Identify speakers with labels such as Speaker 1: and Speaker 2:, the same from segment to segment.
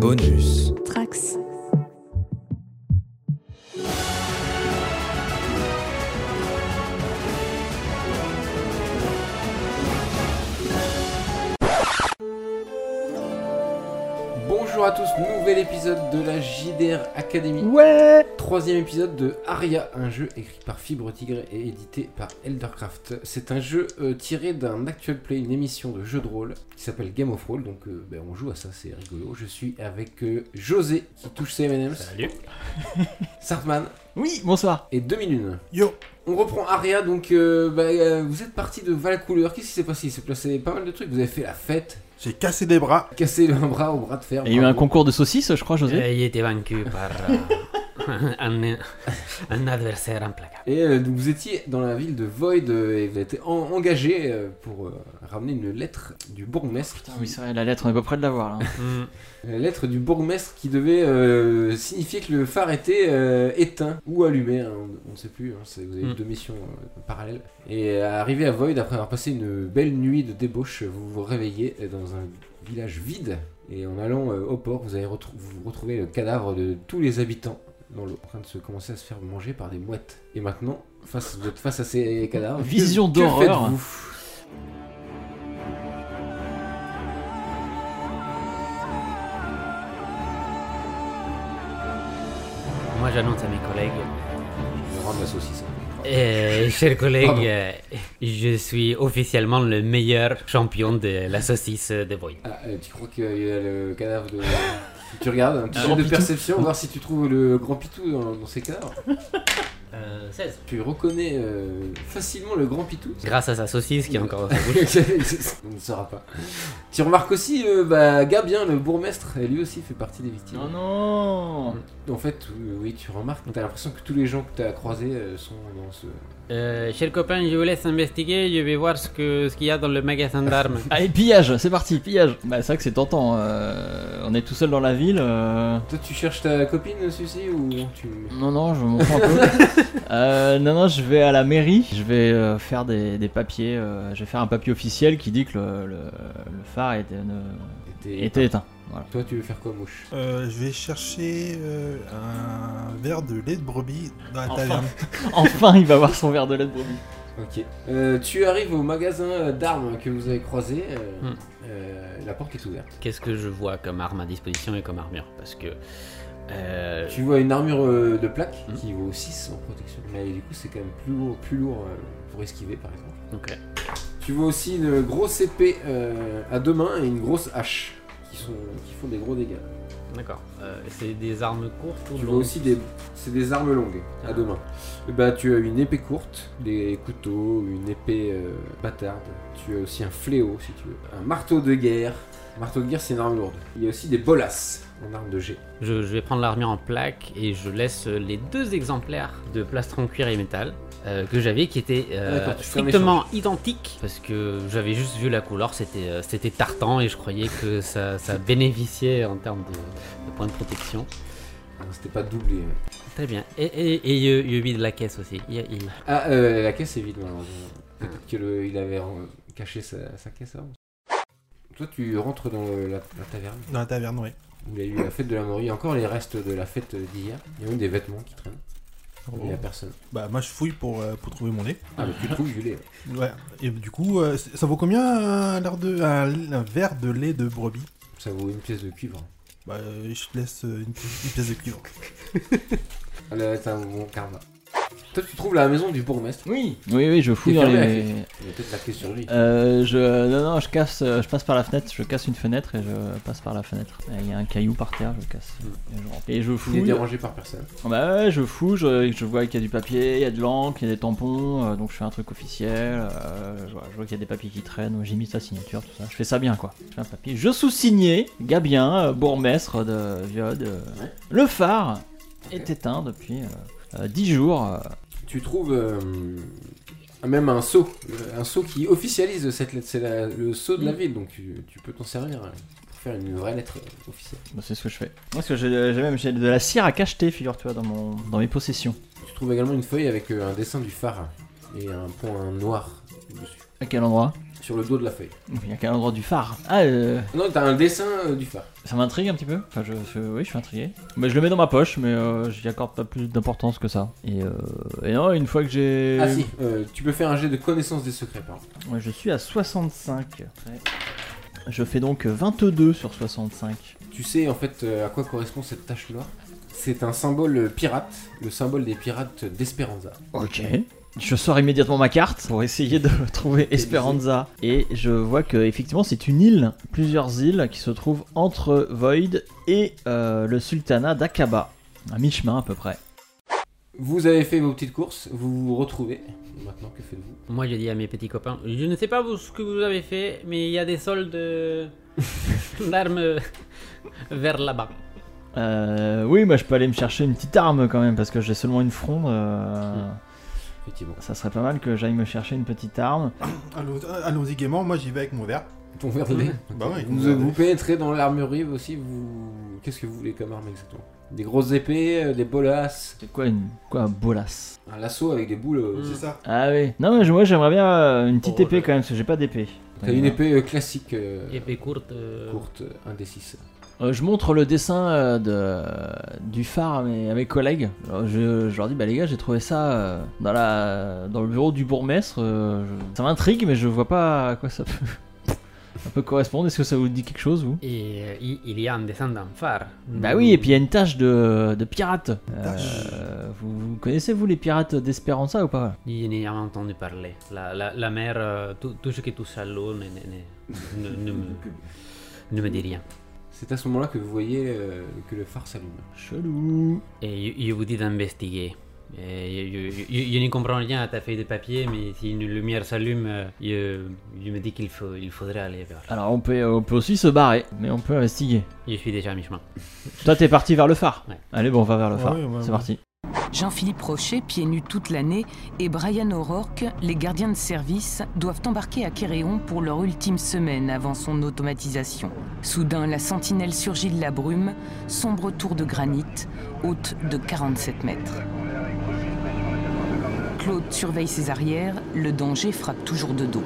Speaker 1: Bonus.
Speaker 2: Trax.
Speaker 3: Bonjour à tous, nouvel épisode de la JDR Academy.
Speaker 4: Ouais
Speaker 3: Troisième épisode de Aria, un jeu écrit par Fibre Tigre et édité par Eldercraft. C'est un jeu euh, tiré d'un actual play, une émission de jeu de rôle qui s'appelle Game of Roll. Donc euh, ben, on joue à ça, c'est rigolo. Je suis avec euh, José qui touche ses M&M's,
Speaker 4: Salut
Speaker 3: Sartman
Speaker 4: Oui, bonsoir
Speaker 3: et 2001.
Speaker 5: Yo
Speaker 3: On reprend Aria, donc euh, ben, euh, vous êtes parti de Valcouleur. Qu'est-ce qui s'est passé Il s'est passé pas mal de trucs. Vous avez fait la fête,
Speaker 5: J'ai cassé des bras.
Speaker 3: cassé un bras au bras de fer.
Speaker 4: Il y a eu un
Speaker 3: bravo.
Speaker 4: concours de saucisses, je crois, José
Speaker 6: Eh, il était vaincu par euh, un, un adversaire implacable.
Speaker 3: Et euh, donc vous étiez dans la ville de Void euh, et vous avez été en- engagé euh, pour euh, ramener une lettre du bourgmestre.
Speaker 4: Putain, oui, c'est vrai, la lettre, on est pas près de l'avoir, là. hein.
Speaker 6: Mm.
Speaker 3: La lettre du bourgmestre qui devait euh, signifier que le phare était euh, éteint ou allumé, hein, on- on ne sait plus. hein, c'est- vous avez
Speaker 4: Hmm.
Speaker 3: eu
Speaker 6: Mm.
Speaker 3: deux missions euh, parallèles. Et euh, arrivé à Void, après avoir passé une belle nuit de débauche, vous vous réveillez euh, dans un village vide. Et en allant euh, au port, vous allez retrou- vous retrouvez le cadavre de tous les habitants dans l'eau, en train de se commencer à se faire manger par des mouettes. Et maintenant, face, vous êtes face à ces cadavres. que-
Speaker 4: Vision
Speaker 3: que
Speaker 4: d'horreur.
Speaker 3: faites-vous
Speaker 6: Moi, j'annonce à mes collègues.
Speaker 3: Je vais rendre la saucisse.
Speaker 6: Euh, chers collègues,
Speaker 3: Pardon.
Speaker 6: euh, je suis officiellement le meilleur champion de la saucisse de Boy.
Speaker 3: Ah, euh, tu crois qu'il y a le cadavre de. tu regardes un petit
Speaker 4: Un
Speaker 3: jet
Speaker 4: grand
Speaker 3: de
Speaker 4: pitou.
Speaker 3: perception, voir si tu trouves le grand pitou dans, dans ces cadavres.
Speaker 6: 16.
Speaker 3: Tu reconnais euh, facilement le grand pitou.
Speaker 6: Grâce à sa saucisse qui est encore.
Speaker 3: On ne saura pas. Tu remarques aussi, euh, bah, Gabien, le bourgmestre, et lui aussi fait partie des victimes.
Speaker 4: Non, non
Speaker 3: En fait, euh, oui, tu remarques, t'as l'impression que tous les gens que t'as croisés euh, sont dans ce.
Speaker 6: Euh, chers copains, je vous laisse investiguer. Je vais voir ce que- ce qu'il y a dans le magasin d'armes.
Speaker 4: Allez, pillage, c'est parti, pillage Bah, c'est vrai que c'est tentant, euh, on est tout seul dans la ville... euh,
Speaker 3: Toi, tu cherches ta copine, Suzy, ou tu.
Speaker 4: Non, non, je m'en fous un peu. Euh, non, non, je vais à la mairie, je vais euh, faire des, des papiers, euh, je vais faire un papier officiel qui dit que le, le- le phare était, ne-
Speaker 3: t'es-
Speaker 4: était éteint. Voilà.
Speaker 3: Toi, tu veux faire quoi, mouche
Speaker 5: Euh, je vais chercher euh, un verre de lait de brebis dans la
Speaker 4: Enfin.
Speaker 5: taverne.
Speaker 4: Enfin, il va voir son verre de lait de brebis.
Speaker 3: Ok. Euh, tu arrives au magasin euh, d'armes que vous avez croisé. euh,
Speaker 6: Hmm.
Speaker 3: euh, la porte est ouverte.
Speaker 6: Qu'est-ce que je vois comme arme à disposition et comme armure Parce que. euh,
Speaker 3: Tu vois une armure euh, de plaque
Speaker 6: Hmm.
Speaker 3: qui vaut 6 en protection. Mais du coup, c'est quand même plus lourd, plus lourd euh, pour esquiver, par exemple.
Speaker 6: ok.
Speaker 3: Tu vois aussi une grosse épée euh, à deux mains et une grosse hache qui, sont, qui font des gros dégâts.
Speaker 6: D'accord. Euh, c'est des armes courtes ou
Speaker 3: Tu vois
Speaker 6: longues
Speaker 3: aussi des. C'est des armes longues hein, à
Speaker 6: Ah.
Speaker 3: deux mains. Et bah, tu as une épée courte, des couteaux, une épée euh, bâtarde. Tu as aussi un fléau, si tu veux. Un marteau de guerre. Marteau de guerre, c'est une arme lourde. Il y a aussi des bolas en arme de jet.
Speaker 6: Je, je vais prendre l'armure en plaque et je laisse euh, les deux exemplaires de plastron cuir et métal euh, que j'avais qui étaient euh,
Speaker 3: Ah, d'accord, tu fais un
Speaker 6: strictement identiques parce que j'avais juste vu la couleur, c'était euh, c'était tartan et je croyais que ça, ça bénéficiait en termes de, de points de protection.
Speaker 3: Ah, C'était pas doublé. ouais.
Speaker 6: Très bien. Et, et, et, euh, Yubi de la caisse aussi. Il y a- il-
Speaker 3: Ah, euh, la caisse est vide, malheureusement. Peut-être qu'il avait euh, caché sa, sa caisse avant. Toi, tu rentres dans le- la- la taverne.
Speaker 5: Dans la taverne, oui.
Speaker 3: où il y a eu la fête de la morue, il y a encore les restes de la fête d'hier. Il y a même des vêtements qui traînent. Il n'y a personne.
Speaker 5: Bah, moi, je fouille pour, euh, pour trouver mon lait.
Speaker 3: Ah, mais tu trouves du lait.
Speaker 5: Ouais. Et du coup, euh, c- ça vaut combien un, verre de, un- un verre de lait de brebis
Speaker 3: Ça vaut une pièce de cuivre.
Speaker 5: Bah, euh, je te laisse euh, une, pi- une pièce de cuivre.
Speaker 3: Ah là, c'est un bon karma. Toi, tu trouves la maison du bourgmestre.
Speaker 4: Oui, oui, oui, je fouille
Speaker 3: T'es
Speaker 4: dans
Speaker 3: fermé à
Speaker 4: les-
Speaker 3: la Il y a peut-être la clé sur lui.
Speaker 4: Euh, je, non, non, je casse, euh, je passe par la fenêtre, je casse une fenêtre et je passe par la fenêtre. Euh, Il y a un caillou par terre, je casse. Et je, rentre. Et je
Speaker 3: Il est
Speaker 4: fouille.
Speaker 3: dérangé par personne.
Speaker 4: Bah ouais, je fouille, je, je vois qu'il y a du papier, il y a de l'encre, il y a des tampons, euh, donc je fais un truc officiel. euh, je vois, je vois qu'il y a des papiers qui traînent, j'ai mis sa signature, tout ça. Je fais ça bien quoi. Je fais un papier. Je sous-signais Gabien, euh, bourgmestre de Viode. euh,
Speaker 3: Ouais.
Speaker 4: Le phare
Speaker 3: Ok.
Speaker 4: est éteint depuis 10 jours. euh,
Speaker 3: Tu trouves euh, même un sceau. euh, Un sceau qui officialise cette lettre. C'est la- le sceau de la ville, donc tu, tu peux t'en servir hein, pour faire une vraie lettre euh, officielle.
Speaker 4: Bah, c'est ce que je fais. Moi, ce que j'ai j'ai même j'ai de la cire à cacheter, figure-toi, dans, mon, dans mes possessions.
Speaker 3: Tu trouves également une feuille avec euh, un dessin du phare et un point noir dessus.
Speaker 4: À quel endroit
Speaker 3: sur le dos de la feuille.
Speaker 4: Il y a quel endroit du phare Ah, euh,
Speaker 3: Non, t'as un dessin euh, du phare.
Speaker 4: ça m'intrigue un petit peu. Enfin, je, je- oui, je suis intrigué. Mais je le mets dans ma poche, mais euh, j'y accorde pas plus d'importance que ça. Et, euh, et non, une fois que j'ai.
Speaker 3: Ah si, euh, tu peux faire un jet de connaissance des secrets, par contre.
Speaker 4: Ouais, je suis à 65. Je fais donc 22 sur 65.
Speaker 3: Tu sais en fait euh, à quoi correspond cette tache-là C'est un symbole euh, pirate, le symbole des pirates d'Esperanza.
Speaker 4: Ok. Je sors immédiatement ma carte pour essayer de trouver Esperanza. Et je vois que effectivement c'est une île, plusieurs îles qui se trouvent entre Void et euh, le sultanat d'Aqaba. À mi-chemin à peu près.
Speaker 3: Vous avez fait vos petites courses, vous vous retrouvez. Maintenant, que faites-vous
Speaker 6: Moi, j'ai dit à mes petits copains, je ne sais pas vous, ce que vous avez fait, mais il y a des soldes euh, d'armes euh, vers là-bas.
Speaker 4: Euh, oui, bah, je peux aller me chercher une petite arme quand même parce que j'ai seulement une fronde. euh,
Speaker 3: Effectivement.
Speaker 4: Ça serait pas mal que j'aille me chercher une petite arme.
Speaker 5: Allons- Allons-y gaiement, moi j'y vais avec mon verre.
Speaker 3: Ton verre de lait.
Speaker 5: Bah ouais,
Speaker 3: vous,
Speaker 5: mon verre de
Speaker 3: vous
Speaker 5: lait.
Speaker 3: pénétrez dans l'armurerie aussi, vous... Qu'est-ce que vous voulez comme arme exactement Des grosses épées, euh, des bolas,
Speaker 4: C'est quoi une quoi un bolas
Speaker 3: un lasso avec des boules. euh,
Speaker 6: Mm.
Speaker 5: C'est ça.
Speaker 4: Ah oui. Non mais je- moi j'aimerais bien euh, une petite
Speaker 5: Oh,
Speaker 4: épée
Speaker 5: là.
Speaker 4: quand même parce que j'ai pas d'épée.
Speaker 3: T'as une épée euh, classique, euh,
Speaker 6: Épée courte. euh,
Speaker 3: courte, euh, un des six.
Speaker 4: Euh, je montre le dessin euh, de, du phare à mes, à mes collègues. Alors, je, je leur dis, bah les gars, j'ai trouvé ça euh, dans, la, dans le bureau du bourgmestre. euh, je- ça m'intrigue, mais je vois pas à quoi ça peut, ça peut correspondre. Est-ce que ça vous dit quelque chose, vous
Speaker 6: Et euh, il il y a un dessin d'un phare.
Speaker 4: Bah oui, et puis il y a une tâche de, de pirate. Euh,
Speaker 5: tâche.
Speaker 4: vous, vous connaissez, vous, les pirates d'Esperanza ou pas
Speaker 6: Je n'ai jamais entendu parler. La, la, la mer, euh, tout, tout ce qui touche à l'eau ne, ne- ne- ne- ne me, ne me dit rien.
Speaker 3: C'est à ce moment-là que vous voyez euh, que le phare s'allume.
Speaker 4: Chelou.
Speaker 6: Et je, je vous dis d'investiguer. Et Je, je- je- je ne comprends rien à ta feuille de papier, mais si une lumière s'allume, euh, je, je me dis qu'il faut, il faudrait aller vers. là.
Speaker 4: Alors on peut, on peut aussi se barrer, mais on peut investiguer.
Speaker 6: Je suis déjà à mi-chemin.
Speaker 4: Toi, t'es parti vers le phare.
Speaker 6: Ouais.
Speaker 4: Allez, bon, on va vers le
Speaker 5: Ouais,
Speaker 4: phare.
Speaker 5: ouais, ouais,
Speaker 4: C'est
Speaker 5: ouais.
Speaker 4: parti.
Speaker 1: Jean-Philippe Rocher, pieds nus toute l'année, et Brian O'Rourke, les gardiens de service, doivent embarquer à Kéréon pour leur ultime semaine avant son automatisation. Soudain, la sentinelle surgit de la brume, sombre tour de granit, haute de 47 mètres. Claude surveille ses arrières, le danger frappe toujours de dos.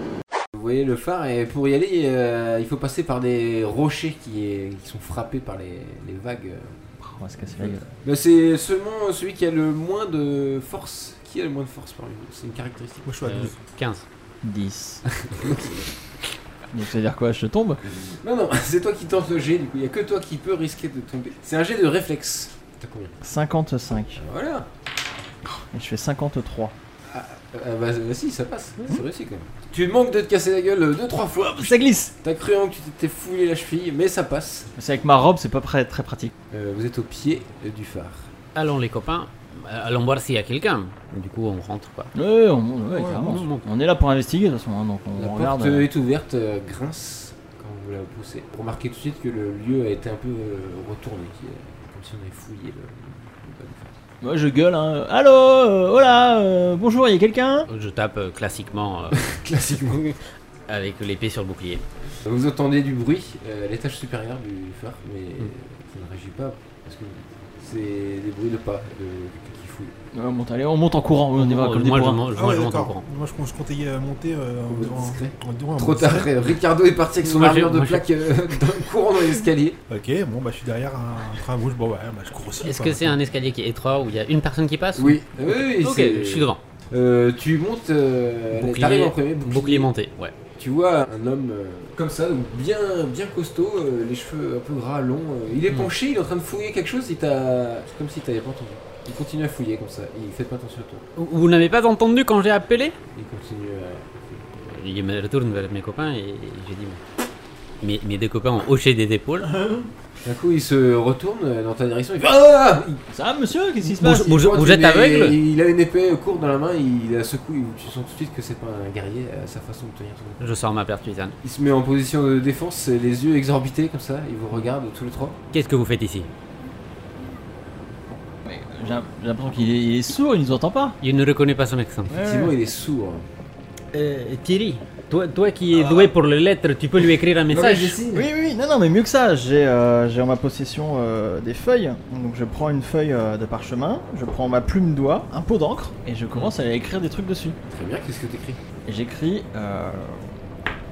Speaker 3: Vous voyez le phare et pour y aller, euh, il faut passer par des rochers qui, est- qui sont frappés par les, les vagues.
Speaker 4: On va se casser la gueule.
Speaker 3: Mais Bah, c'est seulement celui qui a le moins de force. Qui a le moins de force parmi vous C'est une caractéristique.
Speaker 5: Moi je suis à
Speaker 6: Euh,
Speaker 5: 12.
Speaker 6: 15.
Speaker 4: 10. Donc ça veut dire quoi Je tombe
Speaker 3: Non, non, c'est toi qui tente le jet, du coup, il n'y a que toi qui peux risquer de tomber. C'est un jet de réflexe. T'as combien
Speaker 4: 55.
Speaker 3: Voilà
Speaker 4: Et je fais 53.
Speaker 3: Euh, bah, bah, si, ça passe, c'est réussi quand même. Tu manques de te casser la gueule 2-3 fois.
Speaker 4: Ça glisse
Speaker 3: T'as cru hein, que tu t'étais fouillé la cheville, mais ça passe.
Speaker 4: C'est avec ma robe, c'est pas prêt- très pratique.
Speaker 3: Euh, vous êtes au pied euh, du phare.
Speaker 6: Allons les copains, euh, allons voir s'il y a quelqu'un. Et Du coup, on rentre quoi.
Speaker 4: Ouais, on, monte, ouais,
Speaker 5: Ouais,
Speaker 4: carrément.
Speaker 6: on monte.
Speaker 4: On est là pour investiguer de toute façon, hein, donc on
Speaker 3: La
Speaker 4: regarde.
Speaker 3: porte
Speaker 4: euh,
Speaker 3: est ouverte, euh, grince quand vous la poussez. Remarquez tout de suite que le lieu a été un peu euh, retourné, qu'il y a- comme si on avait fouillé le. le bon phare.
Speaker 4: Moi je gueule, hein. Allô euh, Hola euh, Bonjour, il y a quelqu'un
Speaker 6: Je tape euh, classiquement euh,
Speaker 3: Classiquement.
Speaker 6: avec l'épée sur le bouclier.
Speaker 3: Vous entendez du bruit euh, à l'étage supérieur du phare, mais
Speaker 6: Hmm.
Speaker 3: ça ne réagit pas parce que c'est des bruits de pas de quelqu'un qui fouille.
Speaker 4: Ouais, on monte, allez, on monte en courant, on y va
Speaker 6: Moi,
Speaker 4: comme des
Speaker 6: Oh, moi, je,
Speaker 4: bourrins.
Speaker 6: mon- je-
Speaker 5: Ah
Speaker 6: moi,
Speaker 5: ouais,
Speaker 6: je monte en
Speaker 5: d'accord.
Speaker 6: courant.
Speaker 5: Moi je, je comptais euh, monter euh,
Speaker 3: Vous êtes
Speaker 5: en, en,
Speaker 3: discret.
Speaker 5: en-
Speaker 6: Ah,
Speaker 5: en- en-
Speaker 3: Trop tard, Ricardo est parti avec son
Speaker 6: Moi, j'ai-
Speaker 3: armure de
Speaker 6: moi, j'ai-
Speaker 3: plaque euh, dans le courant dans l'escalier.
Speaker 5: Ok, bon bah je suis derrière un train rouge. Bon ouais, bah, je cours aussi.
Speaker 6: Est-ce
Speaker 5: quoi.
Speaker 6: que c'est un escalier qui est étroit où il y a une personne qui passe
Speaker 3: Oui, oui, oui,
Speaker 6: Ok,
Speaker 3: c'est-
Speaker 6: je suis devant.
Speaker 3: Euh, tu montes, euh,
Speaker 6: Bouclier-
Speaker 3: t'arrives en premier,
Speaker 6: Bouclier monté, ouais.
Speaker 3: Tu vois un homme euh, comme ça, donc bien, bien costaud, euh, les cheveux un peu gras, longs. euh, il est
Speaker 6: Mm.
Speaker 3: penché, il est en train de fouiller quelque chose, il t'a. c'est comme si t'avais pas entendu. Il continue à fouiller comme ça, il fait pas attention à toi.
Speaker 6: Vous- Vous n'avez pas entendu quand j'ai appelé
Speaker 3: Il continue à.
Speaker 6: Je me retourne vers mes copains et j'ai dit mes, mes deux copains ont hoché des épaules.
Speaker 3: D'un coup, il se retourne euh, dans ta direction, il fait Ah Il-
Speaker 4: Ça va, monsieur Qu'est-ce qui se passe
Speaker 6: Bonjour, bonjour,
Speaker 3: pointe
Speaker 6: vous
Speaker 3: une-
Speaker 6: êtes aveugle
Speaker 3: Il a une épée courte dans la main, il la secoue, il- tu sens tout de suite que c'est pas un guerrier, euh, sa façon de tenir son épée.
Speaker 6: Je sors ma paire de tuisanes.
Speaker 3: Il se met en position de défense, les yeux exorbités comme ça, il vous regarde tous les trois.
Speaker 6: Qu'est-ce que vous faites ici
Speaker 4: Mais J'ai j'ai l'impression qu'il est, il est sourd, il nous entend pas.
Speaker 6: Je ne reconnais pas son accent.
Speaker 3: Effectivement, il est sourd.
Speaker 6: Euh, Thierry, toi, toi qui es
Speaker 3: Ah.
Speaker 6: doué pour les lettres, tu peux lui écrire un message
Speaker 4: Oui, oui, oui, non, non, mais mieux que ça, j'ai euh, j'ai en ma possession euh, des feuilles. Donc je prends une feuille euh, de parchemin, je prends ma plume d'oie, un pot d'encre, et je commence à écrire des trucs dessus.
Speaker 3: Très bien, qu'est-ce que t'écris
Speaker 4: et j'écris euh,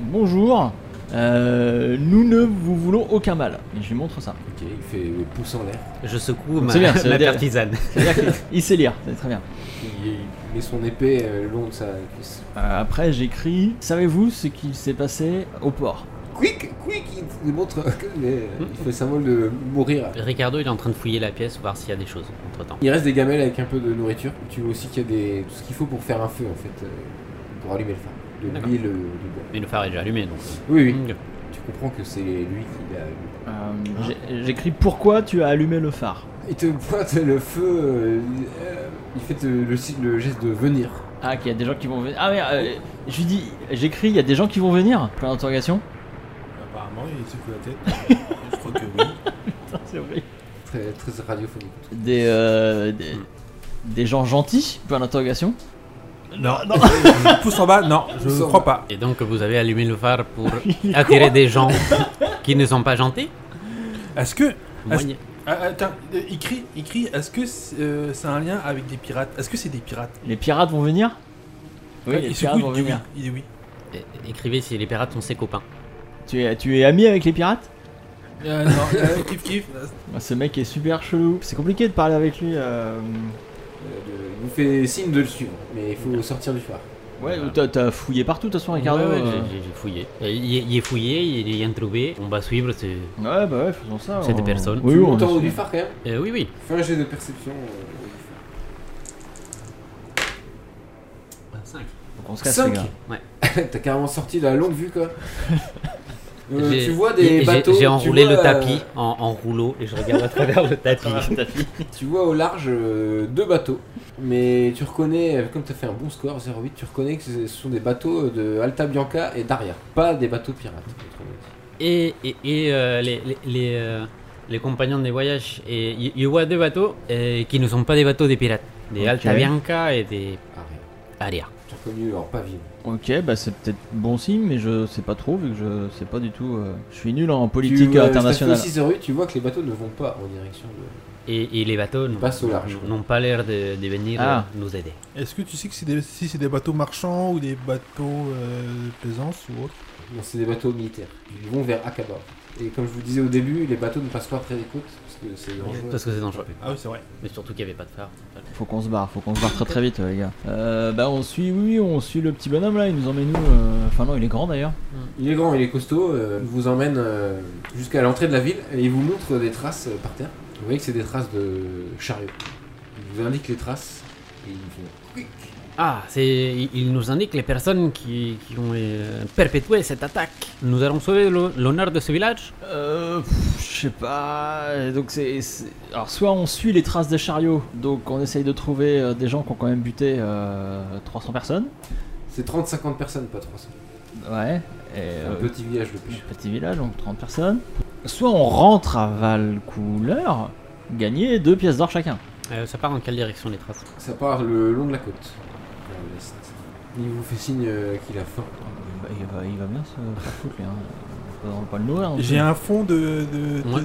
Speaker 4: Bonjour, euh, nous ne vous voulons aucun mal. Et je lui montre ça.
Speaker 3: Ok, il fait le pouce en l'air.
Speaker 6: Je secoue ma,
Speaker 4: C'est bien, ça veut
Speaker 6: ma
Speaker 4: dire-
Speaker 6: partisane.
Speaker 4: C'est-à-dire qu'il sait lire, c'est très bien.
Speaker 3: Il, il met son épée euh, le long de sa cuisse.
Speaker 4: Euh, après, j'écris Savez-vous ce qu'il s'est passé au port
Speaker 3: Quick, quick, il nous montre. mais euh, il fait symbole de mourir.
Speaker 6: Ricardo, il est en train de fouiller la pièce, voir s'il y a des choses entre temps.
Speaker 3: Il reste des gamelles avec un peu de nourriture. Tu vois aussi qu'il y a des... tout ce qu'il faut pour faire un feu en fait, euh, pour allumer le feu. De
Speaker 6: D'accord.
Speaker 3: l'huile, euh, du bois.
Speaker 6: Mais le phare est déjà allumé donc.
Speaker 3: Oui, oui.
Speaker 6: Mm.
Speaker 3: Tu comprends que c'est lui qui l'a.
Speaker 4: Euh, j'ai- J'écris Pourquoi tu as allumé le phare
Speaker 3: Il te pointe le feu. euh, euh, il fait euh, le, si- le geste de venir.
Speaker 4: Ah, qu'il y a des gens qui vont venir. Ah, merde, euh, je lui dis J'écris Il y a des gens qui vont venir Plein d'interrogations.
Speaker 5: Apparemment, il secoue la tête. je crois que oui.
Speaker 4: C'est horrible.
Speaker 3: Très, très radiophonique.
Speaker 4: Des, euh, des, des gens gentils Plein d'interrogations.
Speaker 5: Non, non. Pouce en bas, non, je
Speaker 3: Pouce en
Speaker 5: crois
Speaker 3: bas.
Speaker 5: pas.
Speaker 6: Et donc vous avez allumé le phare pour attirer des gens qui ne sont pas gentils
Speaker 5: Est-ce que.
Speaker 6: Moi,
Speaker 5: Est-ce- Ah, attends, euh, il crie, il crie, est-ce que c'est euh, c'est un lien avec des pirates Est-ce que c'est des pirates
Speaker 4: Les pirates vont venir Oui,
Speaker 5: Ah,
Speaker 4: les
Speaker 5: il
Speaker 4: pirates
Speaker 5: secoue,
Speaker 4: vont
Speaker 5: il dit oui.
Speaker 4: venir.
Speaker 5: Il dit oui.
Speaker 6: é- Écrivez si les pirates sont ses copains.
Speaker 4: Tu es, tu es ami avec les pirates
Speaker 5: Euh, non, euh, kiff kiff.
Speaker 4: Ah, Ce mec est super chelou. C'est compliqué de parler avec lui.
Speaker 3: Euh,
Speaker 4: euh,
Speaker 3: de- il vous fait signe de le suivre, mais il faut sortir du phare.
Speaker 4: Ouais, t'as- t'as fouillé partout, de toute façon, Ricardo.
Speaker 6: Ouais, ouais,
Speaker 4: euh.
Speaker 6: j'ai- j'ai fouillé. Euh, Il est- il est fouillé, il est rien trouvé. On va suivre ce.
Speaker 4: Ouais, bah ouais, faisons ça.
Speaker 6: C'est des personnes.
Speaker 4: Oui,
Speaker 3: tu
Speaker 4: oui,
Speaker 3: montes en
Speaker 4: on
Speaker 3: haut
Speaker 4: est-
Speaker 3: du phare quand même
Speaker 6: Euh, oui, oui.
Speaker 3: Fais un jet de perception. euh, du phare.
Speaker 6: 5.
Speaker 4: donc on se casse,
Speaker 3: Cinq.
Speaker 4: les gars.
Speaker 3: T'as carrément sorti de la longue vue quoi. Euh,
Speaker 6: J'ai-
Speaker 3: tu vois
Speaker 6: j'ai-
Speaker 3: des
Speaker 6: j'ai-
Speaker 3: bateaux.
Speaker 6: J'ai
Speaker 3: tu
Speaker 6: enroulé
Speaker 3: vois,
Speaker 6: le
Speaker 3: euh,
Speaker 6: tapis en, en rouleau et je regarde à travers le tapis.
Speaker 3: tu vois au large euh, deux bateaux. Mais tu reconnais, euh, comme t'as fait un bon score, 0,8, tu reconnais que ce sont des bateaux de Alta Bianca et Daria. Pas des bateaux pirates. autrement dit.
Speaker 6: Et, et, et, euh, les, les, les, euh, les compagnons des voyages, et y- y voit deux bateaux euh, qui ne sont pas des bateaux des pirates. Des
Speaker 4: Ok.
Speaker 6: Alta Bianca et des
Speaker 3: Ah, rien.
Speaker 6: Aria.
Speaker 3: Tu as reconnu leur pavillon.
Speaker 4: Ok, bah c'est peut-être bon signe, mais je sais pas trop, vu que je sais pas du tout. euh, Je suis nul en
Speaker 3: Tu,
Speaker 4: politique
Speaker 3: euh,
Speaker 4: internationale.
Speaker 3: t'as fait aussi 0,8, tu vois que les bateaux ne vont pas en direction de.
Speaker 6: Et, et les bateaux n'ont-
Speaker 3: passent au large.
Speaker 6: n'ont pas l'air de, de venir
Speaker 4: Ah.
Speaker 6: euh, nous aider.
Speaker 5: Est-ce que tu sais que c'est des- si c'est des bateaux marchands ou des bateaux euh, de plaisance ou autre
Speaker 3: Non, c'est des bateaux militaires. Ils vont vers Akaba. Et comme je vous disais au début, les bateaux ne passent pas près des côtes parce que c'est dangereux.
Speaker 6: Parce que c'est dangereux.
Speaker 5: Ah oui, c'est vrai.
Speaker 6: Mais surtout qu'il n'y avait pas de phare.
Speaker 4: Faut qu'on se barre, faut qu'on se barre très très vite, euh, les gars. Euh, bah on suit, oui, oui, on suit le petit bonhomme là, il nous emmène nous. euh, Enfin, non, il est grand d'ailleurs.
Speaker 3: Il est grand, il est costaud, euh, il vous emmène euh, jusqu'à l'entrée de la ville et il vous montre des traces euh, par terre. Vous voyez que c'est des traces de chariot. Il vous indique les traces et il vous fait Quick
Speaker 6: Ah, c'est, il- il nous indique les personnes qui, qui ont euh, perpétué cette attaque. Nous allons sauver le- l'honneur de ce village.
Speaker 4: Euh, pff, je sais pas. Donc c'est, c'est- alors soit on suit les traces des chariots, donc on essaye de trouver euh, des gens qui ont quand même buté euh, 300 personnes.
Speaker 3: C'est 30-50 personnes, pas 300.
Speaker 4: Ouais. Et,
Speaker 3: C'est
Speaker 4: euh,
Speaker 3: un petit village de pêche.
Speaker 4: Petit village, donc 30 personnes. Soit on rentre à Valcouleur, gagner deux pièces d'or chacun.
Speaker 6: Euh, ça part dans quelle direction les traces
Speaker 3: Ça part le long de la côte, vers l'est. Il vous fait signe euh, qu'il a faim.
Speaker 4: Bah, il, va, il va bien se faire foutre, lui. Hein. On va pas le nourrir. non plus.
Speaker 5: J'ai un fond de, de, de-
Speaker 6: Ouais.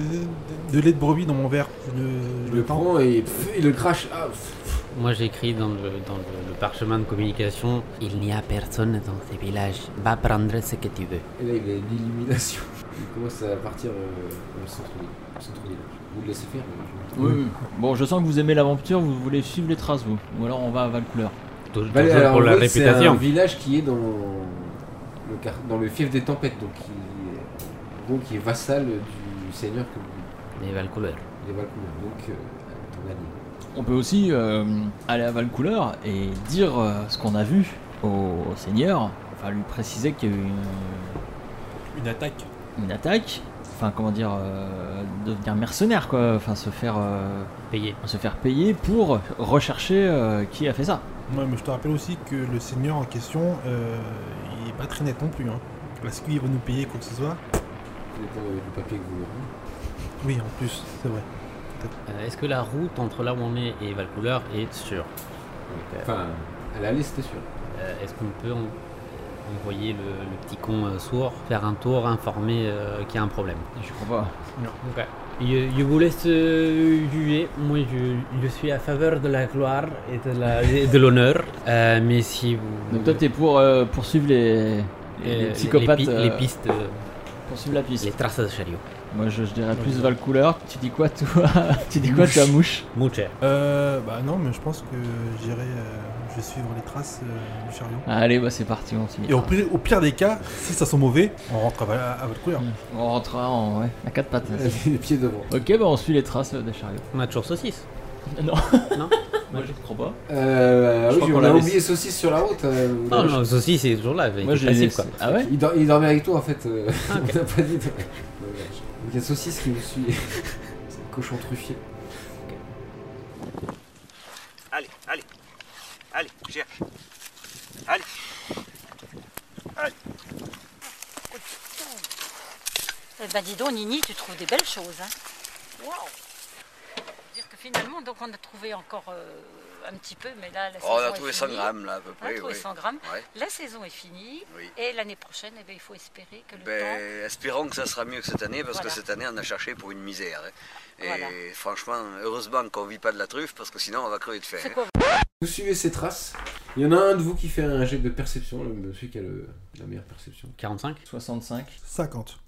Speaker 5: de- de lait de brebis dans mon verre. Je
Speaker 3: Il
Speaker 5: je
Speaker 3: le
Speaker 5: prends.
Speaker 3: prend et pff, il le crache. Ah, pff.
Speaker 6: Moi j'écris dans, le, dans le, le parchemin de communication Il n'y a personne dans ce village. Va prendre ce que tu veux.
Speaker 3: Et là, il a une illumination. Il commence à partir euh, dans le centre-ville. centre-ville. Vous le laissez faire mais je-
Speaker 4: Oui, oui. Bon, je sens que vous aimez l'aventure, vous voulez suivre les traces, vous. Ou alors on va à Valcouleur.
Speaker 6: Tou-
Speaker 3: Valais,
Speaker 6: toujours
Speaker 3: alors,
Speaker 6: pour la
Speaker 3: en gros, c'est un
Speaker 6: réputation.
Speaker 3: village qui est dans le, quart- dans le fief des tempêtes, donc qui est, donc qui est vassal du seigneur que vous-
Speaker 6: Les Valcouleurs.
Speaker 3: les Valcouleurs. Donc, euh, attends, allez.
Speaker 4: On peut aussi euh, aller à Valcouleur et dire euh, ce qu'on a vu au, au seigneur. Enfin, lui préciser qu'il y a eu une,
Speaker 5: Une attaque.
Speaker 4: une attaque. Enfin, comment dire, euh, devenir mercenaire, quoi. Enfin, se faire. euh,
Speaker 6: Payé.
Speaker 4: se faire payer pour rechercher euh, qui a fait ça.
Speaker 5: Ouais, mais je te rappelle aussi que le seigneur en question, euh, il est pas très net non plus. Hein. Est-ce qu'il va nous payer quoi que ce soit
Speaker 3: Ça dépend euh, du papier que vous aurez.
Speaker 5: Oui, en plus, c'est vrai.
Speaker 6: Euh, Est-ce que la route entre là où on est et Valcouleur est sûre
Speaker 3: Enfin, à l'aller, c'était sûr.
Speaker 6: Euh, Est-ce qu'on peut en, envoyer le, le petit con euh, sourd faire un tour, informer euh, qu'il y a un problème.
Speaker 4: Je crois pas.
Speaker 6: Ok. Je, je vous laisse euh, juger. Moi, je, je suis à faveur de la gloire et de la- et de l'honneur. Euh, mais si vous.
Speaker 4: Donc toi t'es pour euh, poursuivre les,
Speaker 6: euh,
Speaker 4: les psychopathes,
Speaker 6: pi-
Speaker 4: euh,
Speaker 6: les pistes, euh,
Speaker 4: poursuivre la piste.
Speaker 6: les traces de chariot.
Speaker 4: Moi je, je dirais plus Valcouleur. Tu dis quoi toi Tu dis quoi toi mouche
Speaker 6: Mouche.
Speaker 5: Euh, bah non, mais je pense que j'irai. euh, je vais suivre les traces euh, du chariot.
Speaker 4: Allez bah c'est parti on s'y met.
Speaker 5: Et au pire, au pire des cas, si ça sent mauvais, on rentre à, à votre couleur.
Speaker 4: On rentrera en ouais, à quatre pattes.
Speaker 3: Les pieds devant.
Speaker 4: Ok bah on suit les traces euh, des chariots.
Speaker 6: On a toujours saucisse.
Speaker 4: Non.
Speaker 6: Non
Speaker 4: Moi je crois pas.
Speaker 3: Euh,
Speaker 4: Je
Speaker 3: oui,
Speaker 4: crois qu'on
Speaker 3: on
Speaker 4: l'a
Speaker 3: a
Speaker 4: laissé.
Speaker 3: oublié saucisse sur la route. euh,
Speaker 6: Non, non, saucisse est toujours là. mais
Speaker 4: Moi
Speaker 6: il est
Speaker 4: je
Speaker 6: passif,
Speaker 4: les
Speaker 6: quoi.
Speaker 4: Ah ouais
Speaker 3: Il, dor- il dormait avec toi en fait. euh,
Speaker 6: Ah, ok.
Speaker 3: on n'a pas dit. de- Dommage. Donc il y a saucisse qui nous suit. C'est un cochon truffier.
Speaker 2: Allez, allez. Allez, cherche. Allez. Allez.
Speaker 7: Eh ben dis donc, Nini, tu trouves des belles choses. Hein Waouh Dire que finalement, donc on a trouvé encore euh, un petit peu, mais là, la saison
Speaker 2: Oh, on a
Speaker 7: est
Speaker 2: trouvé 100
Speaker 7: finie.
Speaker 2: grammes là à peu
Speaker 7: On a
Speaker 2: près.
Speaker 7: trouvé
Speaker 2: oui.
Speaker 7: 100 grammes.
Speaker 2: Ouais.
Speaker 7: La saison est finie.
Speaker 2: Oui.
Speaker 7: Et l'année prochaine, eh ben, il faut espérer que le temps...
Speaker 2: Ben, espérons que ça sera mieux que cette année parce
Speaker 7: Voilà.
Speaker 2: que cette année on a cherché pour une misère. hein. Et
Speaker 7: Voilà.
Speaker 2: franchement, heureusement qu'on vit pas de la truffe parce que sinon on va crever de faim.
Speaker 7: C'est
Speaker 2: hein.
Speaker 7: quoi
Speaker 3: Vous suivez ces traces. Il y en a un de vous qui fait un jet de perception, le monsieur qui a le- la meilleure perception.
Speaker 6: 45
Speaker 4: 65.
Speaker 5: 50.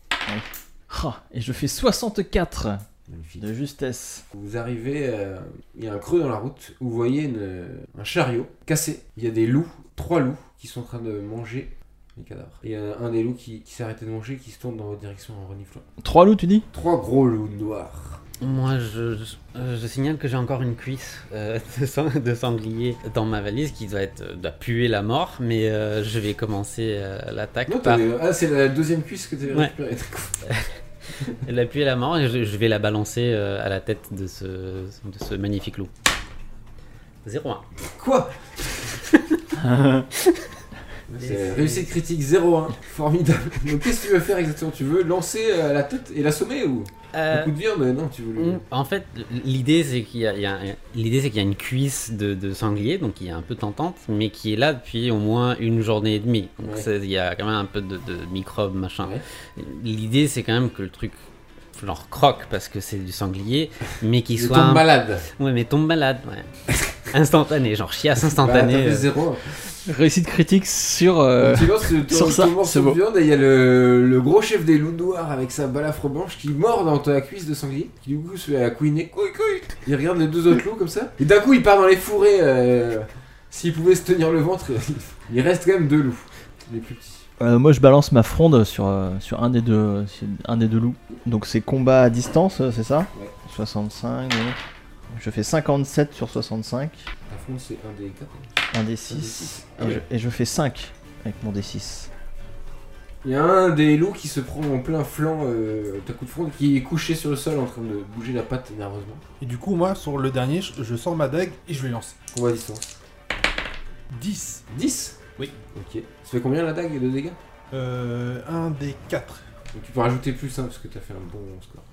Speaker 4: Ah, et je fais 64
Speaker 3: Magnifique.
Speaker 4: de justesse.
Speaker 3: Vous arrivez, euh, il y a un creux dans la route où vous voyez une- euh, un chariot cassé. Il y a des loups, trois loups, qui sont en train de manger les cadavres. Et euh, un des loups qui, qui s'arrêtait de manger qui se tourne dans votre direction en reniflant.
Speaker 4: Trois loups tu dis
Speaker 3: Trois gros loups noirs.
Speaker 6: Moi, je, je- euh, je signale que j'ai encore une cuisse euh, de, sang- de sanglier dans ma valise qui doit, être, euh, doit puer la mort, mais euh, je vais commencer euh, l'attaque
Speaker 3: Non,
Speaker 6: par
Speaker 3: t'avais- ah, c'est la deuxième cuisse que tu avais
Speaker 6: Ouais.
Speaker 3: récupérée.
Speaker 6: la puer la mort et je, je vais la balancer euh, à la tête de ce, de ce magnifique loup. 0-1.
Speaker 3: Quoi
Speaker 4: Euh,
Speaker 3: C'est réussite critique 0-1, formidable. Donc qu'est-ce que tu veux faire exactement Tu veux lancer euh, la tête et l'assommer ou Un
Speaker 6: Euh, Mm.
Speaker 3: coup de viande Non, tu veux le...
Speaker 6: En fait, l'idée c'est qu'il y, a- il y a- l'idée, c'est qu'il y a une cuisse de, de sanglier, donc qui est un peu tentante, mais qui est là depuis au moins une journée et demie. Donc
Speaker 3: Ouais.
Speaker 6: c'est- il y a quand même un peu de, de microbes, machin.
Speaker 3: Ouais.
Speaker 6: L'idée c'est quand même que le truc genre croque parce que c'est du sanglier, mais qu'il
Speaker 3: Il
Speaker 6: soit... un-
Speaker 3: tombe malade.
Speaker 6: Ouais, mais tombe malade, ouais. Instantané, genre chiasse
Speaker 3: Bah, t'as
Speaker 6: instantanée.
Speaker 3: fait
Speaker 6: euh.
Speaker 3: 0
Speaker 4: Réussite critique sur. euh,
Speaker 3: Tu lances le
Speaker 4: sur
Speaker 3: tour
Speaker 4: ça, c'est
Speaker 3: de
Speaker 4: bon.
Speaker 3: viande et il y a le, le gros chef des loups noirs avec sa balafre blanche qui mord dans ta cuisse de sanglier, qui du coup se met à couiner. Couille, couille. Il regarde les deux autres loups comme ça. Et d'un coup, il part dans les fourrés. euh, S'il pouvait se tenir le ventre, il reste quand même deux loups, les plus petits.
Speaker 4: euh, moi je balance ma fronde sur, euh, sur un, des deux, sur un des deux loups. Donc c'est combat à distance, euh, c'est ça
Speaker 3: Ouais.
Speaker 4: 65, donc. Je fais 57 sur 65,
Speaker 3: La fronde, c'est un des quatre.
Speaker 4: un des
Speaker 3: Un des
Speaker 4: 6,
Speaker 3: six.
Speaker 4: et,
Speaker 3: Ah
Speaker 4: je-
Speaker 3: ouais.
Speaker 4: et je fais 5 avec mon D6.
Speaker 3: Il y a un des loups qui se prend en plein flanc euh, ta coup de fronde, qui est couché sur le sol en train de bouger la patte nerveusement.
Speaker 5: Et du coup, moi, sur le dernier, je, je sors ma dague et je les lance.
Speaker 3: Combat à distance.
Speaker 5: 10.
Speaker 3: 10
Speaker 6: Oui.
Speaker 3: Ok. Ça fait combien la dague de dégâts
Speaker 5: Euh, un des 4.
Speaker 3: Donc tu peux rajouter plus, hein, parce que t'as fait un bon score.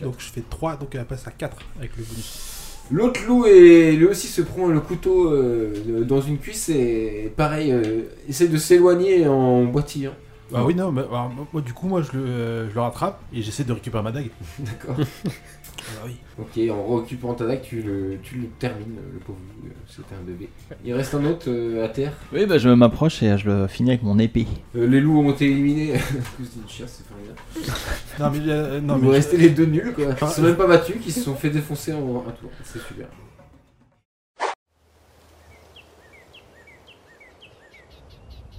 Speaker 5: Donc je fais 3, donc elle passe à 4 avec le bonus.
Speaker 3: L'autre loup, et lui aussi, se prend le couteau euh, de- dans une cuisse et pareil, euh, essaie de s'éloigner en boitillant.
Speaker 5: Ah oui, non, mais alors, moi, moi, du coup, moi, je le, euh, je le rattrape et j'essaie de récupérer ma dague.
Speaker 3: D'accord.
Speaker 5: Ah oui.
Speaker 3: ok, en réoccupant ta dague, tu le, tu le termines, le pauvre loup. euh, C'était un bébé. Il reste un autre euh, à terre.
Speaker 4: Oui, bah je m'approche et je le finis avec mon épée.
Speaker 3: Euh, les loups ont été éliminés. Parce que c'est une chiasse, c'est formidable.
Speaker 5: Non, mais. euh, non,
Speaker 3: Il vous
Speaker 5: mais
Speaker 3: restez les deux nuls quoi. Ils
Speaker 5: Ah,
Speaker 3: se sont même pas battus, qui se sont fait défoncer en un tour. C'est super.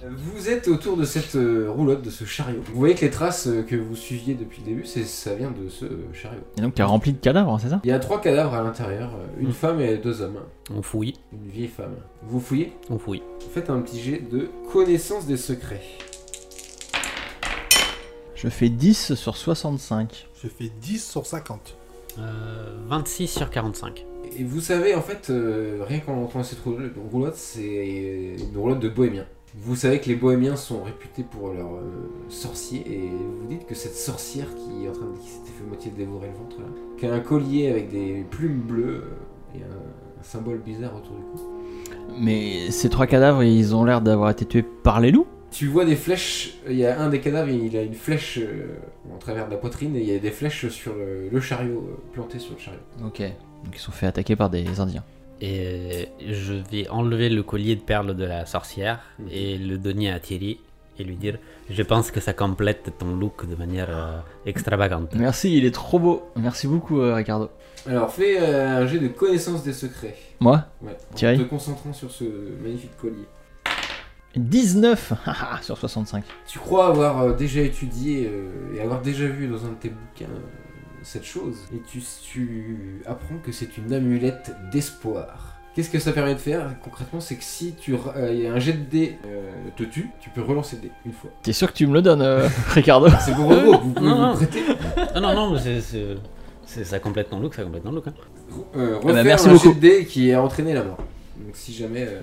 Speaker 3: Vous êtes autour de cette euh, roulotte, de ce chariot. Vous voyez que les traces euh, que vous suiviez depuis le début, c'est- ça vient de ce euh, chariot.
Speaker 4: Et donc t'es rempli de cadavres, c'est ça
Speaker 3: Il y a trois cadavres à l'intérieur, euh,
Speaker 5: Mm.
Speaker 3: une femme et deux hommes.
Speaker 6: On fouille,
Speaker 3: Une vieille femme. Vous fouillez
Speaker 6: on fouille.
Speaker 3: Faites un petit jet de connaissance des secrets.
Speaker 4: Je fais 10 sur 65.
Speaker 5: Je fais 10 sur 50.
Speaker 6: Euh, 26 sur 45.
Speaker 3: Et vous savez, en fait, euh, rien qu'en entendant cette roulotte, roulotte, c'est une roulotte de bohémiens. Vous savez que les bohémiens sont réputés pour leurs euh, sorciers, et vous vous dites que cette sorcière qui est en train de, qui s'était fait moitié dévorer le ventre, là, qui a un collier avec des plumes bleues euh, et un, un symbole bizarre autour du cou.
Speaker 4: Mais ces trois cadavres, ils ont l'air d'avoir été tués par les loups
Speaker 3: Tu vois des flèches, il y a un des cadavres, il a une flèche euh, en travers de la poitrine et il y a des flèches sur le, le chariot, euh, plantées sur le chariot.
Speaker 4: Ok. Donc ils sont fait attaquer par des Indiens.
Speaker 6: Et euh, je vais enlever le collier de perles de la sorcière et le donner à Thierry et lui dire Je pense que ça complète ton look de manière euh, extravagante.
Speaker 4: Merci, il est trop beau. Merci beaucoup, euh, Ricardo.
Speaker 3: Alors fais euh, un jet de connaissance des secrets.
Speaker 4: Moi
Speaker 3: Ouais, en
Speaker 4: Thierry
Speaker 3: te concentrant sur ce magnifique collier.
Speaker 4: 19 haha, sur 65.
Speaker 3: Tu crois avoir euh, déjà étudié euh, et avoir déjà vu dans un de tes bouquins euh, cette chose, et tu, tu apprends que c'est une amulette d'espoir. Qu'est-ce que ça permet de faire concrètement C'est que si tu ra- euh, y a un jet de dés euh, te tue, tu peux relancer le dé une fois.
Speaker 4: T'es sûr que tu me le donnes, euh, Ricardo
Speaker 3: C'est pour vous, vous pouvez
Speaker 6: Non, non.
Speaker 3: vous prêter.
Speaker 6: Ah non, non, mais c'est- c'est- c'est- ça complète ton look, ça complète ton look. hein.
Speaker 3: Euh,
Speaker 4: bah,
Speaker 3: refaire
Speaker 4: merci
Speaker 3: un
Speaker 4: beaucoup.
Speaker 3: jet de dés qui est entraîné la mort. Donc si jamais euh,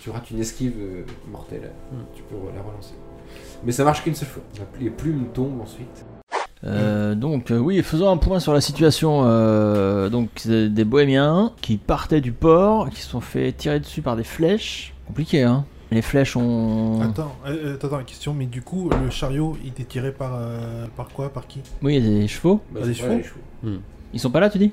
Speaker 3: tu rates une esquive euh, mortelle,
Speaker 6: Mm.
Speaker 4: Hmm.
Speaker 3: tu peux la relancer. Mais ça marche qu'une seule fois. Les plumes tombent
Speaker 4: Ah,
Speaker 3: ensuite.
Speaker 4: Euh, donc euh, oui, faisons un point sur la situation. euh, donc c'est des bohémiens qui partaient du port, qui se sont fait tirer dessus par des flèches. Compliqué, hein. Les flèches ont.
Speaker 3: Mmh.
Speaker 5: Attends, euh, euh, attends, attends, question, mais du coup, le chariot, il était tiré par, euh, par quoi Par qui
Speaker 4: Oui, il y a des chevaux.
Speaker 3: Bah,
Speaker 5: Ah,
Speaker 3: c'est
Speaker 5: les
Speaker 3: vrai,
Speaker 5: chevaux
Speaker 3: les chevaux.
Speaker 4: Ils sont pas là, tu dis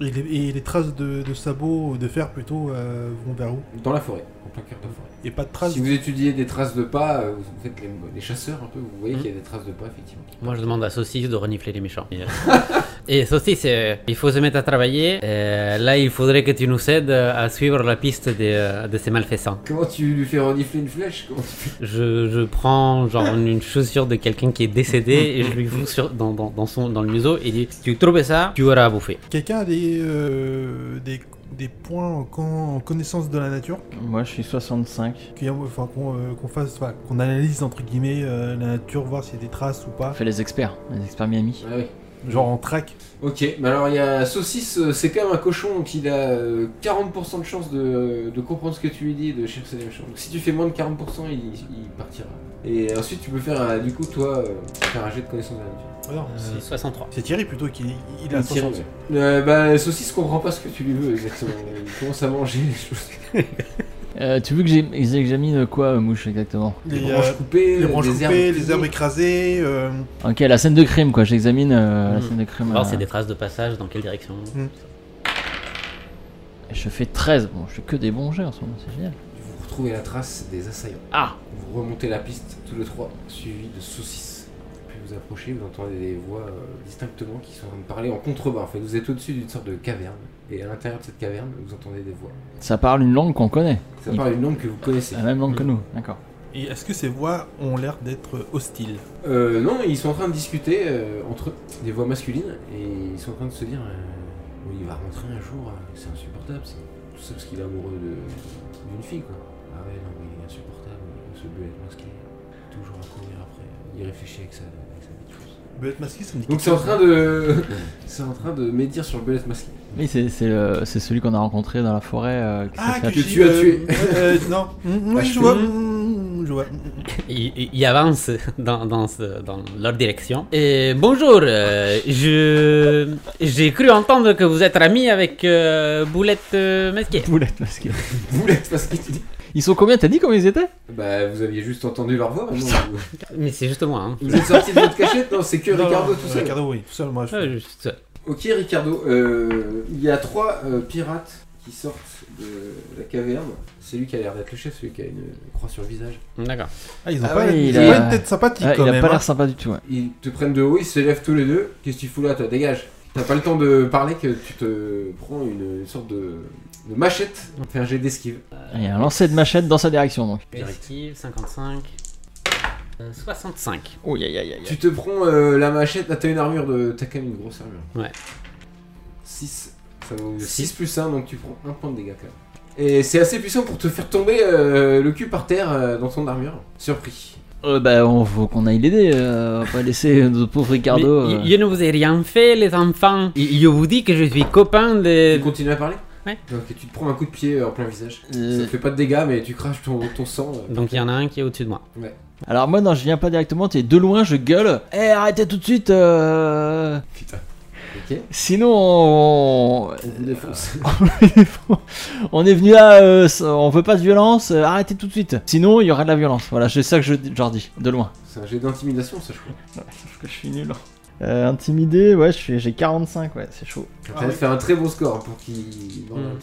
Speaker 5: et les, et les traces de, de sabots, ou de fer plutôt, euh, vont vers où
Speaker 3: Dans la forêt, en plein cœur de la forêt.
Speaker 5: Et pas de traces
Speaker 3: Si vous étudiez des traces de pas, euh, vous faites les, les chasseurs un peu, vous
Speaker 4: Hmm.
Speaker 3: voyez
Speaker 6: Mm.
Speaker 3: qu'il y a des traces de pas effectivement.
Speaker 6: Moi, je demande à Saucisse de renifler les méchants. Et, euh, Et Saucisse, euh, il faut se mettre à travailler. Euh, là, il faudrait que tu nous aides euh, à suivre la piste des, euh, de ces malfaisants.
Speaker 3: Comment tu lui fais renifler une flèche Comment tu fais
Speaker 6: Je, je prends genre une chaussure de quelqu'un qui est décédé et je lui fous sur, dans, dans, dans son, dans le museau et dis tu trouves ça, tu auras à bouffer.
Speaker 5: Quelqu'un a des, euh, des, des points en, con- en connaissance de la nature
Speaker 4: Moi, je suis 65.
Speaker 5: qu'il y a- enfin, qu'on euh, qu'on fasse, enfin, qu'on analyse entre guillemets euh, la nature, voir s'il y a des traces ou pas,
Speaker 4: Fait les experts, les experts Miami.
Speaker 3: Ah oui.
Speaker 5: genre en track.
Speaker 3: Ok, mais alors il y a Saucisse, euh, c'est quand même un cochon, donc il a euh, 40% de chance de, de comprendre ce que tu lui dis et de chercher les méchants. Donc si tu fais moins de 40%, il, il partira. Et ensuite tu peux faire euh, du coup toi euh, faire un jet de connaissance de la nature.
Speaker 5: Ah
Speaker 6: Euh,
Speaker 5: non, c'est-
Speaker 6: 63.
Speaker 5: c'est Thierry plutôt qui il a
Speaker 3: Il tire,
Speaker 5: 60.
Speaker 3: ouais. Euh, bah Saucisse comprend pas ce que tu lui veux exactement. il commence à manger les choses.
Speaker 4: Euh, tu veux que j'ai- que j'examine quoi, euh, Mouche, exactement
Speaker 5: Les,
Speaker 3: Les branches
Speaker 5: euh,
Speaker 3: coupées,
Speaker 5: les branches coupées, les herbes
Speaker 3: écrasées.
Speaker 5: écrasées. euh,
Speaker 4: Ok, la scène de crime, quoi. J'examine euh, la
Speaker 6: Hmm.
Speaker 4: scène de crime.
Speaker 6: Alors
Speaker 4: euh,
Speaker 6: c'est des traces de passage dans quelle direction
Speaker 4: Je fais 13. Bon, je fais que des bons jets en ce moment, c'est génial.
Speaker 3: Vous retrouvez la trace des assaillants.
Speaker 4: Ah
Speaker 3: Vous remontez la piste tous les trois, suivi de saucisses. Puis vous approchez, vous entendez des voix euh, distinctement qui sont en train de parler en contrebas. En fait, vous êtes au-dessus d'une sorte de caverne. Et à l'intérieur de cette caverne, vous entendez des voix.
Speaker 4: Ça parle une langue qu'on connaît.
Speaker 3: Ça parle une langue que vous connaissez.
Speaker 4: La même langue que nous, d'accord.
Speaker 5: Et est-ce que ces voix ont l'air d'être hostiles
Speaker 3: Euh, non, ils sont en train de discuter euh, entre eux, des voix masculines, et ils sont en train de se dire euh, Oui, il va rentrer un jour, euh, c'est insupportable, c'est tout ça parce qu'il est amoureux de- d'une fille, quoi. Ah ouais, non, mais il est insupportable, ce bullet masqué, toujours à courir après, il réfléchit avec sa, avec sa petite chose.
Speaker 5: Bullet Masqué, ça me dit
Speaker 3: Donc
Speaker 5: quelque
Speaker 3: c'est en
Speaker 5: chose.
Speaker 3: train de. C'est en train de médire sur le bullet masqué.
Speaker 4: Oui, c'est c'est le- c'est celui qu'on a rencontré dans la forêt. euh, qui s'est
Speaker 5: Ah,
Speaker 4: fait
Speaker 5: que
Speaker 3: que tu as tué.
Speaker 5: euh, euh, non, Mm, mm,
Speaker 3: Ah, je
Speaker 5: je
Speaker 3: fais-
Speaker 5: vois. mm, mm, je vois. Mm,
Speaker 6: il, il- il avance dans, dans, ce- dans leur direction. Et bonjour, euh, je j'ai cru entendre que vous êtes ami avec euh, Boulette euh, Mesquet.
Speaker 4: Boulette masquée.
Speaker 3: Bullet masqué, tu dis
Speaker 4: Ils sont combien T'as dit combien ils étaient
Speaker 3: Bah vous aviez juste entendu leur voix, maintenant. Vous,
Speaker 6: Mais c'est juste moi. Hein.
Speaker 3: vous êtes sorti de votre cachette Non, c'est que
Speaker 5: non,
Speaker 3: Ricardo
Speaker 5: non,
Speaker 3: tout seul.
Speaker 5: Ricardo, oui, tout seul, moi. je-
Speaker 6: Ah, juste ça.
Speaker 3: Ok Ricardo, euh, il y a trois euh, pirates qui sortent de la caverne. C'est lui qui a l'air d'être le chef, celui qui a une croix sur le visage.
Speaker 6: D'accord.
Speaker 5: Ah, ils ont
Speaker 3: Ah
Speaker 5: pas,
Speaker 4: oui,
Speaker 5: ils
Speaker 4: il
Speaker 5: ont pas
Speaker 4: a-
Speaker 5: une tête sympathique
Speaker 4: Ah,
Speaker 5: quand
Speaker 4: Il a
Speaker 5: même.
Speaker 4: pas
Speaker 5: hein.
Speaker 4: l'air sympa du tout, ouais.
Speaker 3: Ils te prennent de haut, ils se lèvent tous les deux. Qu'est-ce que tu fous là toi Dégage T'as pas le temps de parler que tu te prends une, sorte de, de machette. Fais un jet d'esquive.
Speaker 4: Il y a un lancer de machette dans sa direction, donc.
Speaker 6: Directive 55. euh, 65.
Speaker 4: Oh, aïe, aïe, aïe.
Speaker 3: Tu te prends euh, la machette, là t'as une armure de. T'as quand même une grosse armure.
Speaker 6: Ouais.
Speaker 3: 6. Ça vaut
Speaker 6: Six.
Speaker 3: 6 plus 1, donc tu prends un point de dégâts quand même. Et c'est assez puissant pour te faire tomber euh, le cul par terre euh, dans ton armure. Surpris.
Speaker 4: Euh, bah, on, faut qu'on aille l'aider. Euh, on va pas laisser notre pauvre Ricardo.
Speaker 6: Mais
Speaker 4: euh.
Speaker 6: je- je ne vous ai rien fait, les enfants. Je je vous dis que je suis copain de.
Speaker 3: Tu continues à parler
Speaker 6: Ouais.
Speaker 3: Donc tu te prends un coup de pied euh, en plein visage.
Speaker 4: Euh.
Speaker 3: Ça fait pas de dégâts, mais tu craches ton, ton sang. euh.
Speaker 6: Donc il y en a un qui est au-dessus de moi.
Speaker 4: Alors, moi, non, je viens pas directement. T'es de loin, je gueule. Eh, arrêtez tout de suite. euh.
Speaker 3: Putain. Ok Euh,
Speaker 4: Sinon, on,
Speaker 3: On vous défonce.
Speaker 4: on est venu là, euh, ça- on veut pas de violence, euh, arrêtez tout de suite. Sinon, il y aura de la violence. Voilà, c'est ça que je leur dis, de loin.
Speaker 3: C'est un jet d'intimidation, ça, je crois.
Speaker 4: Parce que je suis nul. Euh, intimidé, ouais, je suis- j'ai 45, ouais, c'est chaud.
Speaker 3: Ça
Speaker 5: Ah
Speaker 3: va
Speaker 5: ouais.
Speaker 3: faire un très bon score pour qu'il. Non,
Speaker 6: Hmm.
Speaker 3: non, non.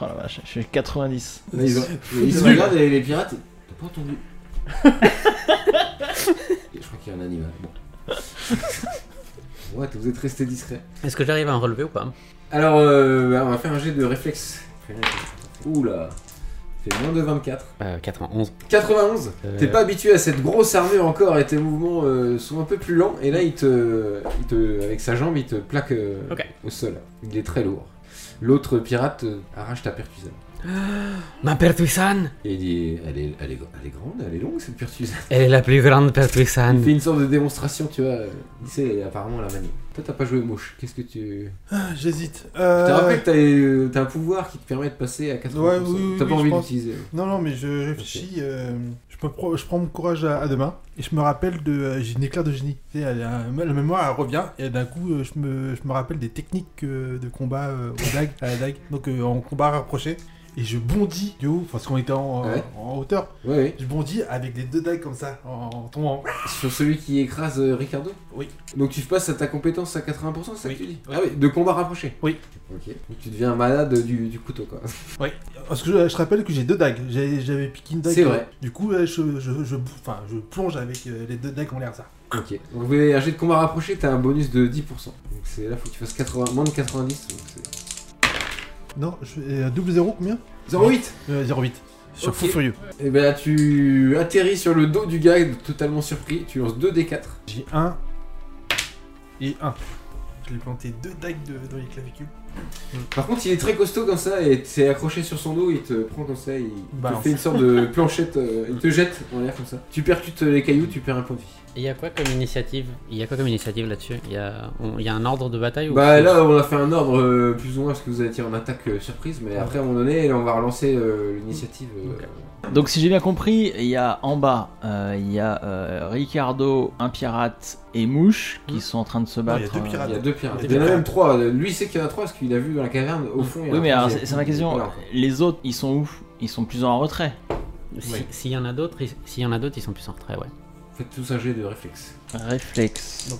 Speaker 4: Oh la vache, je suis 90.
Speaker 3: Là, ils, ont- ils se
Speaker 5: Nul.
Speaker 3: regardent et les pirates. T'as pas entendu Je crois qu'il y a un animal. Bon. What, vous êtes resté discret.
Speaker 6: Est-ce que j'arrive à en relever ou pas
Speaker 3: Alors, euh, bah, on va faire un jet de réflexe. Oula. Fait moins de 24.
Speaker 6: euh, 91.
Speaker 3: 91
Speaker 6: Euh.
Speaker 3: T'es pas habitué à cette grosse armure encore et tes mouvements euh, sont un peu plus lents. Et là, il te, il te- avec sa jambe, il te plaque euh,
Speaker 6: Ok.
Speaker 3: au sol. Il est très lourd. L'autre pirate euh, arrache ta pertusane.
Speaker 6: Ma pertuisane
Speaker 3: Et il dit elle est, elle, est, elle est grande, elle est longue cette pertusane.
Speaker 6: Elle est la plus grande
Speaker 3: Il fait
Speaker 6: pertuisane.
Speaker 3: une sorte de démonstration, tu vois. euh, Il sait apparemment la manier. Toi, t'as pas joué mouche. Qu'est-ce que tu.
Speaker 5: Ah, J'hésite.
Speaker 3: Je
Speaker 5: Euh,
Speaker 3: te rappelle que t'as, euh, t'as un pouvoir qui te permet de passer à 80%.
Speaker 5: Ouais, oui, oui,
Speaker 3: t'as
Speaker 5: oui,
Speaker 3: pas
Speaker 5: je
Speaker 3: envie
Speaker 5: pense.
Speaker 3: d'utiliser.
Speaker 5: Non, non, mais je réfléchis. euh, je, me pro- je prends mon courage à, à deux mains et je me rappelle de. euh, J'ai une éclair de génie. Tu sais, elle a- la mémoire elle revient et d'un coup, euh, je me, je me rappelle des techniques euh, de combat euh, au dague, à la dague, donc euh, en combat rapproché. Et je bondis du haut, parce qu'on était en,
Speaker 3: Ah Ouais.
Speaker 5: en hauteur.
Speaker 3: Ouais, ouais.
Speaker 5: Je bondis avec les deux dagues comme ça, en, en tombant.
Speaker 3: Sur celui qui écrase euh, Ricardo
Speaker 5: Oui.
Speaker 3: Donc tu passes à ta compétence à 80%, c'est ça
Speaker 5: Oui.
Speaker 3: que tu dis
Speaker 5: Oui.
Speaker 3: Ah oui, de combat rapproché
Speaker 5: Oui.
Speaker 3: Ok. Donc tu deviens un malade du, du couteau, quoi.
Speaker 5: Parce que euh, je, je rappelle que j'ai deux dagues. J'ai- J'avais piqué une dague.
Speaker 3: C'est vrai.
Speaker 5: Du coup, euh, je, je, je, enfin, je plonge avec euh, les deux dagues en l'air, ça.
Speaker 3: Ok. Donc vous voulez un jet de combat rapproché, t'as un bonus de 10%. Donc c'est là, faut que tu fasses 80, moins de 90. donc c'est-
Speaker 5: Non, je, euh, double zéro, combien
Speaker 3: 0,8
Speaker 5: Euh, 08. Je suis
Speaker 3: Ok.
Speaker 5: fou furieux.
Speaker 3: Et ben tu atterris sur le dos du gars totalement surpris, tu lances 2d4.
Speaker 5: J'ai un et un. Je lui ai planté deux dagues de- dans les clavicules.
Speaker 3: Par contre, il est très costaud comme ça et t'es accroché sur son dos, il te prend comme ça, il
Speaker 5: Balance.
Speaker 3: te fait une sorte de planchette, euh, il te jette en l'air comme ça. Tu percutes les cailloux, tu perds un point de vie.
Speaker 6: Il y a quoi comme initiative Il y a quoi comme initiative là-dessus Il y a, on- il y a un ordre de bataille ou
Speaker 3: Bah là on a fait un ordre euh, plus ou moins parce que vous avez tiré en attaque euh, surprise mais après à un moment donné là, on va relancer euh, l'initiative. euh,
Speaker 4: Donc, si j'ai bien compris, il y a en bas, euh, il y a euh, Ricardo, un pirate et Mouche qui
Speaker 6: Mm.
Speaker 4: sont en train de se
Speaker 5: Non,
Speaker 4: battre.
Speaker 5: il y a deux
Speaker 4: euh,
Speaker 5: pirates.
Speaker 3: Il y a deux pirates.
Speaker 5: Des
Speaker 3: Il y en a
Speaker 5: pirates.
Speaker 3: même trois. Lui il sait qu'il y en a trois parce qu'il a vu dans la caverne au fond. il y en a
Speaker 4: Oui, mais
Speaker 3: trois
Speaker 4: alors,
Speaker 3: qui-
Speaker 4: c'est c'est ma question.
Speaker 3: Voilà, quoi.
Speaker 4: Les autres, ils sont où Ils sont plus en retrait.
Speaker 6: Si-
Speaker 3: Ouais.
Speaker 6: S'il y en a d'autres, ils- s'il y en a d'autres, ils sont plus en retrait, ouais.
Speaker 3: Faites tous un jet de réflexe.
Speaker 4: Réflexe.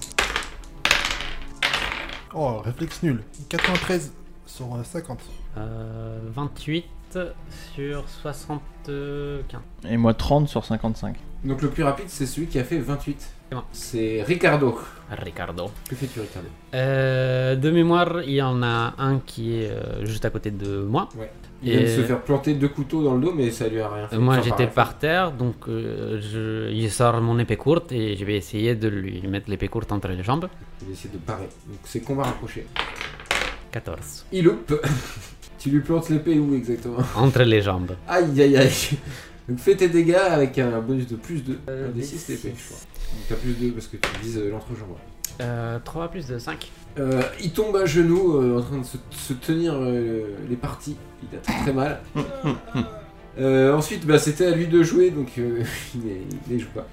Speaker 5: Oh, réflexe nul. 93 sur euh, 50.
Speaker 6: Euh, 28 sur 75.
Speaker 4: Et moi, 30 sur 55.
Speaker 3: Donc le plus rapide c'est celui qui a fait 28.
Speaker 6: C'est bon.
Speaker 3: C'est Ricardo.
Speaker 6: Ricardo.
Speaker 3: Que fais-tu Ricardo
Speaker 6: Euh, de mémoire, il y en a un qui est euh, juste à côté de moi.
Speaker 3: Il
Speaker 6: Et-
Speaker 3: vient de se faire planter deux couteaux dans le dos mais ça lui a rien fait.
Speaker 6: Euh, Moi,
Speaker 3: Enfin,
Speaker 6: j'étais
Speaker 3: par-
Speaker 6: par terre, donc euh, je, il sort mon épée courte et je vais essayer de lui mettre l'épée courte entre les jambes.
Speaker 3: Il essaie de parer. Donc c'est combat rapproché.
Speaker 6: 14.
Speaker 3: Il loupe. tu lui plantes l'épée où exactement
Speaker 6: Entre les jambes.
Speaker 3: Aïe aïe aïe. Donc fais tes dégâts avec un bonus de plus 2. un
Speaker 6: Euh,
Speaker 3: des
Speaker 6: des
Speaker 3: 6
Speaker 6: six.
Speaker 3: TP, je crois. Donc t'as plus 2 parce que tu vises euh, l'entrejambe. ouais.
Speaker 6: 3 plus de 5.
Speaker 3: Euh, il tombe à genoux euh, en train de se, se tenir euh, les parties. Il a très très mal. Euh, ensuite, bah, c'était à lui de jouer donc euh, il ne les joue pas.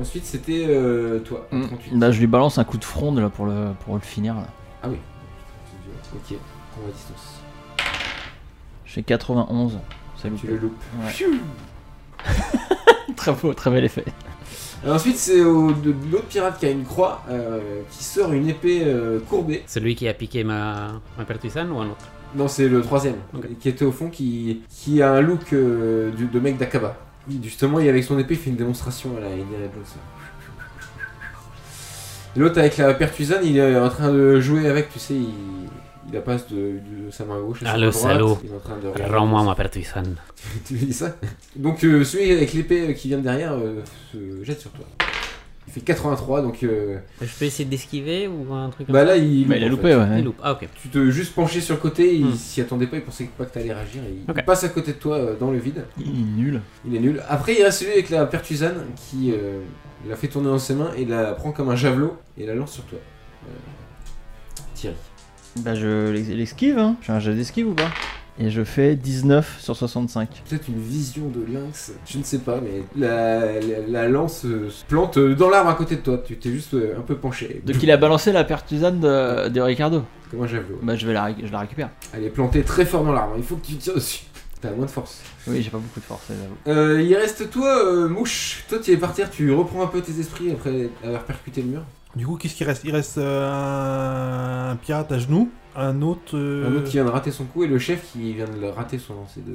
Speaker 3: Ensuite, c'était euh, toi, en 38.
Speaker 4: Là, Hmm. Mm, Bah, je lui balance un coup de fronde là, pour, le, pour le finir. Là.
Speaker 3: Ah Ok, on va à distance.
Speaker 4: J'ai 91. C'est
Speaker 3: Tu le loupes.
Speaker 4: Ouais.
Speaker 3: Pfiou
Speaker 4: Très beau, très bel effet.
Speaker 3: Euh, Ensuite, c'est au- de- de l'autre pirate qui a une croix euh, qui sort une épée euh, courbée.
Speaker 6: Celui qui a piqué ma, ma pertuisane ou un autre
Speaker 3: Non, c'est le troisième,
Speaker 6: Ok.
Speaker 3: qui était au fond, qui, qui a un look euh, du- de mec d'Akaba. Il- Justement, il, avec son épée, il fait une démonstration à la Indiana Jones. Et L'autre, avec la pertusane, il est en train de jouer avec, tu sais, il, il la passe de, de sa main gauche à sa
Speaker 6: Ah,
Speaker 3: main
Speaker 6: le
Speaker 3: droite.
Speaker 6: salaud.
Speaker 3: Il est en train de regarder.
Speaker 6: Rends-moi ma pertuisane.
Speaker 3: Tu lui dis ça Donc, euh, celui avec l'épée euh, qui vient de derrière euh, se jette sur toi. Il fait 83, donc... euh,
Speaker 6: Je peux essayer d'esquiver ou un truc comme
Speaker 3: bah
Speaker 6: ça
Speaker 3: là, il...
Speaker 4: Mais il a
Speaker 3: en fait.
Speaker 4: loupé,
Speaker 6: Il
Speaker 4: ouais.
Speaker 6: loupe. Ah, ok.
Speaker 3: Tu te juste penché sur le côté, il
Speaker 6: Hmm.
Speaker 3: s'y attendait pas, il pensait pas que t'allais réagir. et Il
Speaker 6: Ok.
Speaker 3: passe à côté de toi euh, dans le vide,
Speaker 4: Il est nul.
Speaker 3: il est nul. Après, il reste celui avec la pertusane qui euh, la fait tourner dans ses mains et la prend comme un javelot et la lance sur toi. Euh, Thierry.
Speaker 4: Bah, je l'ex- l'esquive, hein. J'ai un jet d'esquive ou pas et je fais 19 sur 65.
Speaker 3: Peut-être une vision de lynx, je ne sais pas, mais la, la- la lance euh, se plante euh, dans l'arbre à côté de toi. Tu t'es juste euh, un peu penché.
Speaker 4: Donc il a balancé la pertusane de, de Ricardo.
Speaker 3: Comme un javelot.
Speaker 4: Bah je vais la, ré- je la récupère.
Speaker 3: Elle est plantée très fort dans l'arbre. Il faut que tu tires dessus. T'as moins de force.
Speaker 4: Oui, j'ai pas beaucoup de force, j'avoue.
Speaker 3: Euh, il reste toi, euh, mouche. Toi, tu es par terre. Tu reprends un peu tes esprits après avoir percuté le mur.
Speaker 5: Du coup, qu'est-ce qui reste Il reste euh, un... un pirate à genoux, un autre. euh,
Speaker 3: Un autre qui vient de rater son coup et le chef qui vient de rater son lancer de.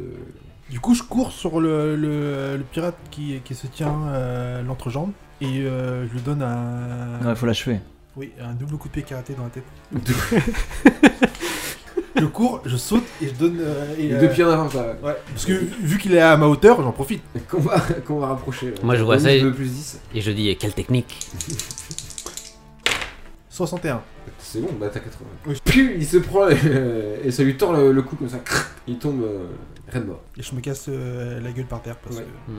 Speaker 5: Du coup, je cours sur le, le- le pirate qui, qui se tient euh, l'entrejambe et euh, je lui donne un,
Speaker 4: Non, il faut l'achever.
Speaker 5: oui, un double coup de pied karaté dans la tête. je cours, je saute et je donne. euh, et,
Speaker 3: Les
Speaker 5: euh,
Speaker 3: deux pierres d'avance là.
Speaker 5: Ouais, parce que vu qu'il est à ma hauteur, j'en profite.
Speaker 3: Qu'on va, qu'on va rapprocher.
Speaker 6: Moi, je vois
Speaker 3: Bonus
Speaker 6: ça et-
Speaker 3: de plus 10.
Speaker 6: Et je dis, quelle technique
Speaker 5: 61.
Speaker 3: C'est bon, bah t'as 80.
Speaker 5: Oui.
Speaker 3: Puis il se prend euh, et ça lui tord le, le cou comme ça. Il tombe euh, raide mort.
Speaker 5: Et je me casse euh, la gueule par terre parce
Speaker 3: Ouais.
Speaker 5: que.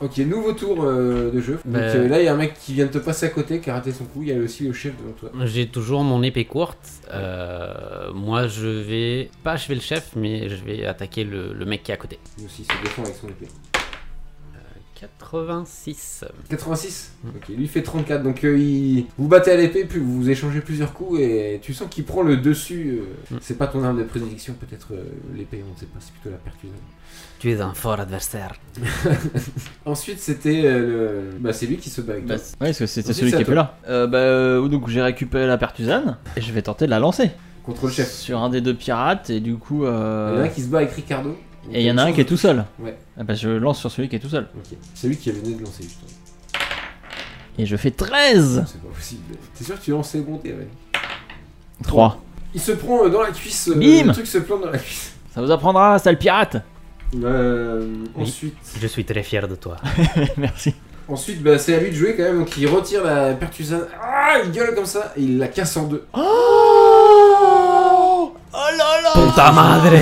Speaker 3: Ok, nouveau tour euh, de jeu. Donc
Speaker 6: Bah-
Speaker 3: euh, là, il y a un mec qui vient de te passer à côté, qui a raté son coup. Il y a aussi le chef devant toi.
Speaker 6: J'ai toujours mon épée courte. Euh, moi, je vais pas achever le chef, mais je vais attaquer le, le mec qui est à côté.
Speaker 3: Lui aussi, il se défend avec son épée.
Speaker 6: 86.
Speaker 3: 86 Ok, lui fait 34. Donc euh, il... vous battez à l'épée, puis vous échangez plusieurs coups et tu sens qu'il prend le dessus. euh,
Speaker 6: Mm.
Speaker 3: C'est pas ton arme de prédilection, peut-être euh, l'épée, on ne sait pas, c'est plutôt la percussion.
Speaker 6: Tu es un fort adversaire.
Speaker 3: Ensuite, c'était euh, le... Bah, c'est lui qui se bat avec toi.
Speaker 4: Ouais, parce que c'était
Speaker 3: Ensuite,
Speaker 4: celui
Speaker 3: c'est
Speaker 4: qui
Speaker 3: à
Speaker 4: était là. Euh, bah, euh, donc j'ai récupéré la pertusane et je vais tenter de la lancer.
Speaker 3: Contre le chef.
Speaker 4: Sur un des deux pirates et du coup.
Speaker 3: Il y en a
Speaker 4: Euh...
Speaker 3: un qui se bat avec Ricardo. Donc,
Speaker 4: Et il y en a un qui est tout seul.
Speaker 3: Ouais.
Speaker 4: Ah bah, je lance sur celui qui est tout seul.
Speaker 3: Ok, c'est lui qui venu de lancer, justement.
Speaker 4: Et je fais 13
Speaker 3: C'est pas possible. T'es sûr que tu lances les bontés, ouais.
Speaker 4: 3.
Speaker 3: Il se prend euh, dans la cuisse. euh,
Speaker 4: Bim
Speaker 3: le truc se plante dans la cuisse.
Speaker 4: Ça vous apprendra, sale pirate
Speaker 3: Euh,
Speaker 6: Oui.
Speaker 3: Ensuite,
Speaker 6: Je suis très fier de toi.
Speaker 4: Merci.
Speaker 3: ensuite bah, c'est à lui de jouer quand même. Donc il retire la pertusane. Ah, il gueule comme ça et il la casse en deux.
Speaker 4: Oh, là là
Speaker 6: Puta madre